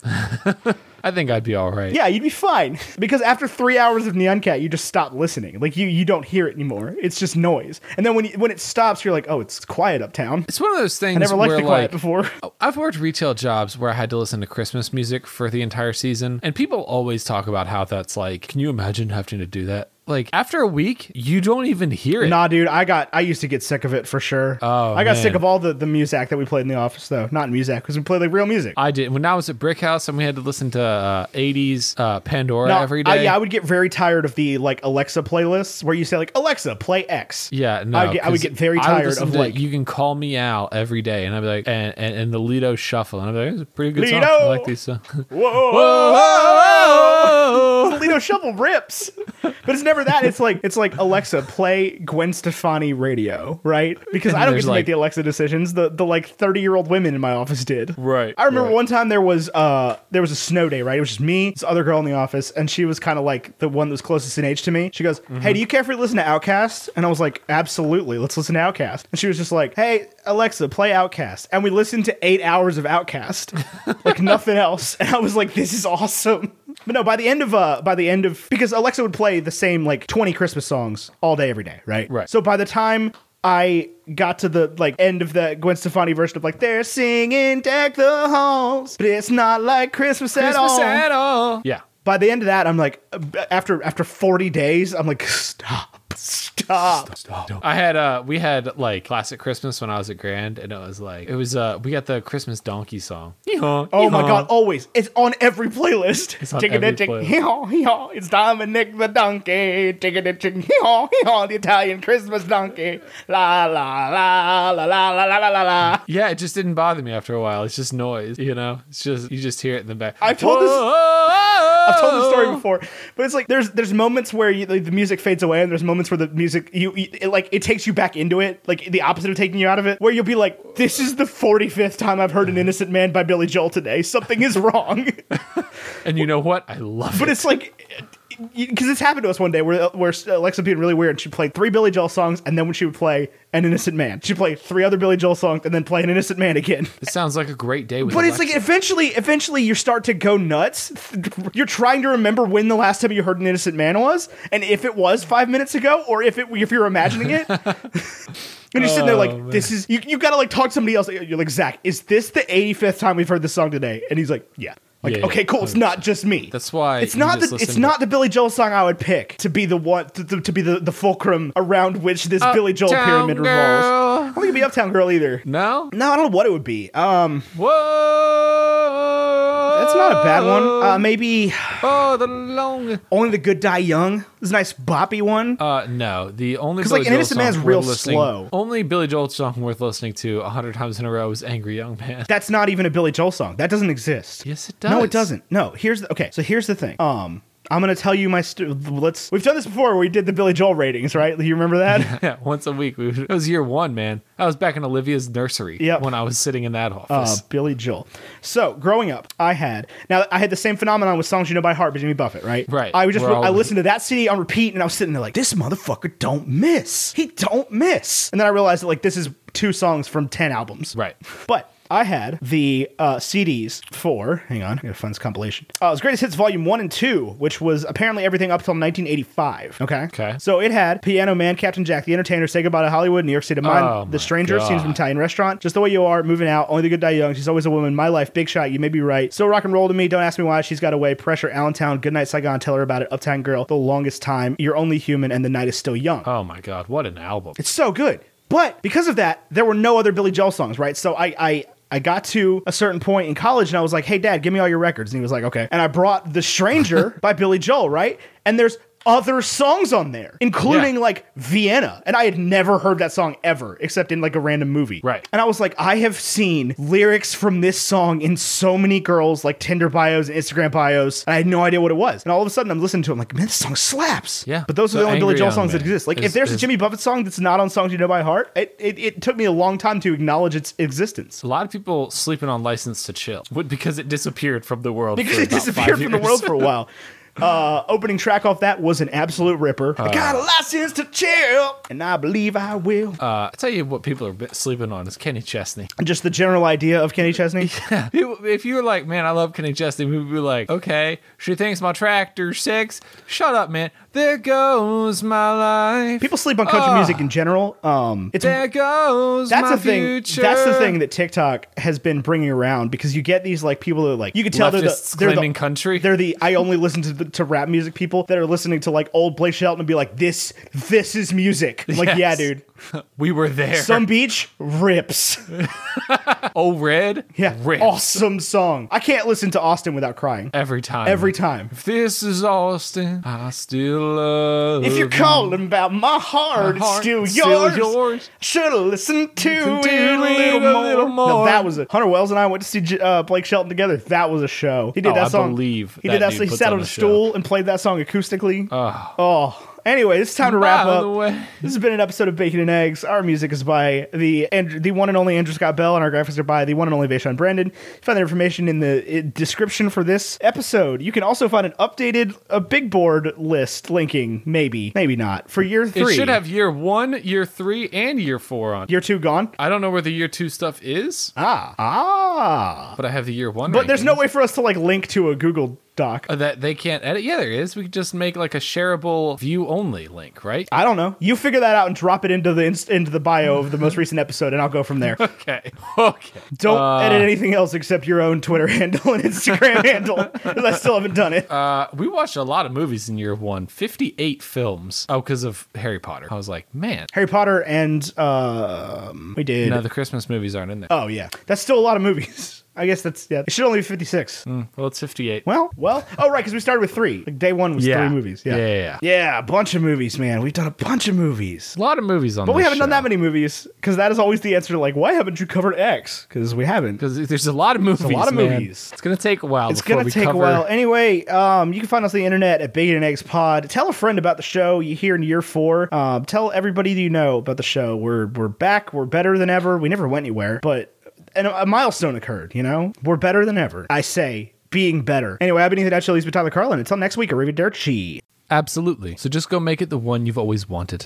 [SPEAKER 2] I think I'd be all right.
[SPEAKER 3] yeah, you'd be fine because after three hours of Neon Cat, you just stop listening. Like you, you don't hear it anymore. It's just noise. And then when you, when it stops, you're like, oh, it's quiet uptown.
[SPEAKER 2] It's one of those things
[SPEAKER 3] I never liked
[SPEAKER 2] where
[SPEAKER 3] the quiet
[SPEAKER 2] like
[SPEAKER 3] before.
[SPEAKER 2] I've worked retail jobs where I had to listen to Christmas music for the entire season, and people always talk about how that's like, can you imagine having to do that? Like after a week, you don't even hear it.
[SPEAKER 3] Nah, dude, I got I used to get sick of it for sure.
[SPEAKER 2] Oh,
[SPEAKER 3] I got
[SPEAKER 2] man.
[SPEAKER 3] sick of all the the music that we played in the office though. Not music because we played like real music.
[SPEAKER 2] I did when I was at Brick House, and we had to listen to uh, '80s uh, Pandora
[SPEAKER 3] No,
[SPEAKER 2] every day.
[SPEAKER 3] I, yeah, I would get very tired of the like Alexa playlists where you say like Alexa play X.
[SPEAKER 2] Yeah, no,
[SPEAKER 3] I would get, I would
[SPEAKER 2] 'cause
[SPEAKER 3] get very
[SPEAKER 2] I would
[SPEAKER 3] tired
[SPEAKER 2] listen
[SPEAKER 3] of
[SPEAKER 2] to
[SPEAKER 3] like
[SPEAKER 2] you can call me Al every day, and I'd be like, and and, and the Lido shuffle, and I'd be like, it's a pretty good song. I
[SPEAKER 3] Lido!
[SPEAKER 2] like these songs.
[SPEAKER 3] whoa.
[SPEAKER 2] Whoa!
[SPEAKER 3] Toledo Shovel rips. But it's never that. It's like it's like Alexa, play Gwen Stefani radio, right? Because I don't
[SPEAKER 2] There's
[SPEAKER 3] get to
[SPEAKER 2] like-
[SPEAKER 3] make the Alexa decisions. The the like thirty year old women in my office did.
[SPEAKER 2] Right,
[SPEAKER 3] I remember
[SPEAKER 2] right.
[SPEAKER 3] one time there was uh there was a snow day, right? It was just me, this other girl in the office, and she was kind of like the one that was closest in age to me. She goes, Hey, do you care if we listen to Outcast? And I was like, Absolutely, let's listen to Outcast. And she was just like, Hey, Alexa, play Outcast. And we listened to eight hours of Outcast. like nothing else. And I was like, This is awesome. But no, by the end of uh by the end of because Alexa would play the same like 20 Christmas songs all day every day, right?
[SPEAKER 2] Right.
[SPEAKER 3] So by the time I got to the like end of the Gwen Stefani version of like they're singing deck the halls, but it's not like Christmas, at
[SPEAKER 2] Christmas
[SPEAKER 3] all.
[SPEAKER 2] at all. Yeah.
[SPEAKER 3] By the end of that, I'm like, uh, after after 40 days, I'm like, stop, stop.
[SPEAKER 2] I had uh we had like classic Christmas when I was at Grand and it was like it was uh we got the Christmas donkey song. Yeehaw,
[SPEAKER 3] Oh my
[SPEAKER 2] yeehaw.
[SPEAKER 3] god, always. It's on every playlist.
[SPEAKER 2] Uh-huh. on
[SPEAKER 3] Chicken
[SPEAKER 2] every
[SPEAKER 3] and chicken.
[SPEAKER 2] playlist.
[SPEAKER 3] Hee-haw, hee-haw. It's Dominic the donkey. Chicken and chicken. Hee-haw, hee-haw. The Italian Christmas donkey. La la la la la la la la la la.
[SPEAKER 2] Yeah, it just didn't bother me after a while. It's just noise, you know? It's just you just hear it in the back.
[SPEAKER 3] I've told this-
[SPEAKER 2] I've
[SPEAKER 3] I've told the
[SPEAKER 2] Oh.
[SPEAKER 3] story before, but it's like there's there's moments where you, like, the music fades away, and there's moments where the music you, you it, like it takes you back into it, like the opposite of taking you out of it, where you'll be like, "This is the 45th time I've heard an Innocent Man by Billy Joel today. Something is wrong."
[SPEAKER 2] And you know what? I love
[SPEAKER 3] but
[SPEAKER 2] it.
[SPEAKER 3] it's like because this happened to us one day where where Alexa being really weird, she played three Billy Joel songs, and then when she would play an Innocent Man, she'd play three other Billy Joel songs, and then play an Innocent Man again.
[SPEAKER 2] It sounds like a great day with
[SPEAKER 3] But it's
[SPEAKER 2] Alexa.
[SPEAKER 3] like eventually, eventually you start to go nuts. You're trying to remember when the last time you heard an innocent man was, and if it was five minutes ago, or if it if you're imagining it. and you're sitting there
[SPEAKER 2] Oh,
[SPEAKER 3] like,
[SPEAKER 2] man.
[SPEAKER 3] this is you. You gotta like talk to somebody else. You're like, Zach, is this the 85th time we've heard this song today? And he's like, yeah. Like,
[SPEAKER 2] Yeah, yeah.
[SPEAKER 3] okay, cool. It's not just me.
[SPEAKER 2] That's why
[SPEAKER 3] it's
[SPEAKER 2] you
[SPEAKER 3] not
[SPEAKER 2] just
[SPEAKER 3] the it's
[SPEAKER 2] listen
[SPEAKER 3] not the Billy Joel song I would pick to be the one to, to, to be the, the fulcrum around which this
[SPEAKER 2] Oh,
[SPEAKER 3] Billy Joel
[SPEAKER 2] Uptown
[SPEAKER 3] pyramid revolves.
[SPEAKER 2] Girl.
[SPEAKER 3] I don't think it'd be Uptown Girl either.
[SPEAKER 2] No?
[SPEAKER 3] No, I don't know what it would be. Um,
[SPEAKER 2] Whoa.
[SPEAKER 3] That's not a bad one. Uh, maybe
[SPEAKER 2] Oh, the long.
[SPEAKER 3] only the good die young. It's a nice boppy one.
[SPEAKER 2] Uh, no, the only because
[SPEAKER 3] like, an innocent man's real slow.
[SPEAKER 2] Only Billy Joel song worth listening to a hundred times in a row is "Angry Young Man."
[SPEAKER 3] That's not even a Billy Joel song. That doesn't exist.
[SPEAKER 2] Yes, it
[SPEAKER 3] No,
[SPEAKER 2] does.
[SPEAKER 3] it doesn't. No. Here's the, okay. So here's the thing. Um, I'm gonna tell you my. St- let's. We've done this before. where We did the Billy Joel ratings, right? You remember that?
[SPEAKER 2] yeah, once a week. We would, that was year one, man. I was back in Olivia's nursery
[SPEAKER 3] Yep.
[SPEAKER 2] when I was sitting in that
[SPEAKER 3] Uh,
[SPEAKER 2] office.
[SPEAKER 3] Billy Joel. So growing up, I had now I had the same phenomenon with songs you know by heart by Jimmy Buffett, right?
[SPEAKER 2] Right.
[SPEAKER 3] I was just
[SPEAKER 2] We're all-
[SPEAKER 3] I listened to that CD on repeat, and I was sitting there like, this motherfucker don't miss. He don't miss. And then I realized that like this is two songs from ten albums.
[SPEAKER 2] right.
[SPEAKER 3] But I had the uh, CDs for, hang on, I gotta find this compilation. Uh, it was Greatest Hits Volume 1 and 2, which was apparently everything up till 1985. Okay.
[SPEAKER 2] Okay.
[SPEAKER 3] So it had Piano Man, Captain Jack, The Entertainer, Say Goodbye to Hollywood, New York State of Mind,
[SPEAKER 2] Oh my
[SPEAKER 3] The Stranger, Scenes from
[SPEAKER 2] God.
[SPEAKER 3] Italian Restaurant, Just the Way You Are, Moving Out, Only the Good Die Young, She's Always a Woman, My Life, Big Shot, You May Be Right, Still Rock and Roll to Me, Don't Ask Me Why, She's Got Away, Pressure, Allentown, Goodnight Saigon, Tell Her About It, Uptown Girl, The Longest Time, You're Only Human, and The Night Is Still Young.
[SPEAKER 2] Oh my God, what an album!
[SPEAKER 3] It's so good. But because of that, there were no other Billy Joel songs, right? So I, I, I got to a certain point in college and I was like, hey, dad, give me all your records. And he was like, okay. And I brought The Stranger by Billy Joel, right? And there's other songs on there, including like Vienna. And I had never heard that song ever, except in like a random movie.
[SPEAKER 2] Right.
[SPEAKER 3] And I was like, I have seen lyrics from this song in so many girls' like Tinder bios and Instagram bios, and I had no idea what it was. And all of a sudden, I'm listening to it, I'm like, man, this song slaps.
[SPEAKER 2] Yeah.
[SPEAKER 3] But those are
[SPEAKER 2] The
[SPEAKER 3] the only Billy
[SPEAKER 2] angry
[SPEAKER 3] Joel
[SPEAKER 2] young
[SPEAKER 3] songs that
[SPEAKER 2] man
[SPEAKER 3] exist. Like,
[SPEAKER 2] is-
[SPEAKER 3] if there's a
[SPEAKER 2] is-
[SPEAKER 3] Jimmy Buffett song that's not on songs you know by heart, it, it, it took me a long time to acknowledge its existence.
[SPEAKER 2] A lot of people sleeping on License to Chill would- because it disappeared from the world.
[SPEAKER 3] because
[SPEAKER 2] for
[SPEAKER 3] it
[SPEAKER 2] about
[SPEAKER 3] disappeared
[SPEAKER 2] five
[SPEAKER 3] from the
[SPEAKER 2] years.
[SPEAKER 3] world for a while. Uh, opening track off that was an absolute ripper. I got a license to chill, and I believe I will.
[SPEAKER 2] Uh, I tell you what, people are bit- sleeping on is Kenny Chesney.
[SPEAKER 3] Just the general idea of Kenny Chesney.
[SPEAKER 2] People- if you were like, man, I love Kenny Chesney, we would be like, okay, she thinks my tractor six. Shut up, man. There goes my life.
[SPEAKER 3] People sleep on country
[SPEAKER 2] Ah.
[SPEAKER 3] music in general. Um, it's
[SPEAKER 2] there goes
[SPEAKER 3] that's
[SPEAKER 2] my
[SPEAKER 3] the thing.
[SPEAKER 2] future.
[SPEAKER 3] That's the thing that TikTok has been bringing around because you get these like people that are like you could tell they're the,
[SPEAKER 2] Leftists
[SPEAKER 3] they're the
[SPEAKER 2] claiming country.
[SPEAKER 3] They're the I only listen to the, to rap music people that are listening to like old Blake Shelton and be like this this is music. I'm Like yeah,
[SPEAKER 2] Yes.
[SPEAKER 3] dude.
[SPEAKER 2] We were there.
[SPEAKER 3] Some beach rips.
[SPEAKER 2] oh, red.
[SPEAKER 3] Yeah.
[SPEAKER 2] red.
[SPEAKER 3] Awesome song. I can't listen to Austin without crying.
[SPEAKER 2] Every time.
[SPEAKER 3] Every time.
[SPEAKER 2] If this is Austin, I still love.
[SPEAKER 3] If you're
[SPEAKER 2] you.
[SPEAKER 3] calling about my heart,
[SPEAKER 2] My heart,
[SPEAKER 3] it's
[SPEAKER 2] it's
[SPEAKER 3] still
[SPEAKER 2] still
[SPEAKER 3] yours.
[SPEAKER 2] yours.
[SPEAKER 3] Should have listened to
[SPEAKER 2] Listen
[SPEAKER 3] it
[SPEAKER 2] to
[SPEAKER 3] a
[SPEAKER 2] it
[SPEAKER 3] little,
[SPEAKER 2] a
[SPEAKER 3] more.
[SPEAKER 2] little
[SPEAKER 3] Now,
[SPEAKER 2] more.
[SPEAKER 3] that was a Hunter Wells and I went to see J- uh, Blake Shelton together. That was a show. He did
[SPEAKER 2] Oh,
[SPEAKER 3] that
[SPEAKER 2] I
[SPEAKER 3] song.
[SPEAKER 2] believe
[SPEAKER 3] he
[SPEAKER 2] that
[SPEAKER 3] did that.
[SPEAKER 2] dude
[SPEAKER 3] so he
[SPEAKER 2] puts
[SPEAKER 3] sat
[SPEAKER 2] on
[SPEAKER 3] on
[SPEAKER 2] a
[SPEAKER 3] a stool and played that song acoustically. oh. Anyway, it's time to wrap
[SPEAKER 2] By
[SPEAKER 3] up.
[SPEAKER 2] the way.
[SPEAKER 3] This has been an episode of Bacon and Eggs. Our music is by the and the one and only Andrew Scott Bell, and our graphics are by the one and only Vaishon Brandon. You find that information in the uh, description for this episode. You can also find an updated a big board list linking, maybe, maybe not, for year
[SPEAKER 2] It
[SPEAKER 3] three.
[SPEAKER 2] should have year one, year three, and year four on.
[SPEAKER 3] year two gone.
[SPEAKER 2] I don't know where the year two stuff is,
[SPEAKER 3] Ah, ah.
[SPEAKER 2] but I have the year one.
[SPEAKER 3] But there's no
[SPEAKER 2] rankings.
[SPEAKER 3] way for us to like link to a Google Doc.
[SPEAKER 2] Uh, that they can't edit. Yeah, there is. We could just make like a shareable view only link, right?
[SPEAKER 3] I don't know. You figure that out and drop it into the inst- into the bio of the most recent episode, and I'll go from there.
[SPEAKER 2] Okay. Okay.
[SPEAKER 3] Don't
[SPEAKER 2] Uh.
[SPEAKER 3] edit anything else except your own Twitter handle and Instagram handle, because I still haven't done it.
[SPEAKER 2] Uh, we watched a lot of movies in year one. 58 films. Oh, because of Harry Potter. I was like, man,
[SPEAKER 3] Harry Potter and um, we did.
[SPEAKER 2] no, the Christmas movies aren't in there.
[SPEAKER 3] oh yeah, that's still a lot of movies. I guess that's yeah. It should only be fifty six.
[SPEAKER 2] Well, it's 58.
[SPEAKER 3] Well, well. Oh right, because we started with three. Like day one was
[SPEAKER 2] Yeah.
[SPEAKER 3] three movies. Yeah.
[SPEAKER 2] Yeah, yeah, yeah.
[SPEAKER 3] a bunch of movies, man. We've done a bunch of movies.
[SPEAKER 2] A lot of movies on
[SPEAKER 3] But we haven't done that many movies because that is always the answer to like why haven't you covered X? Because we haven't.
[SPEAKER 2] Because there's a lot of movies.
[SPEAKER 3] a lot of
[SPEAKER 2] man.
[SPEAKER 3] movies.
[SPEAKER 2] It's going to take a while.
[SPEAKER 3] It's gonna
[SPEAKER 2] we
[SPEAKER 3] take
[SPEAKER 2] cover-
[SPEAKER 3] a while. Anyway, um, you can find us on the internet at Bacon and Eggs Pod. Tell a friend about the show. You here in year four. Um, tell everybody you know about the show. We're we're back. We're better than ever. We never went anywhere, but and a, a milestone occurred. You know, we're better than ever. I say. Being better. Anyway, I've been Ethan Chili's with Tyler Carlin. Until next week, arrivederci.
[SPEAKER 2] Absolutely. So just go make it the one you've always wanted.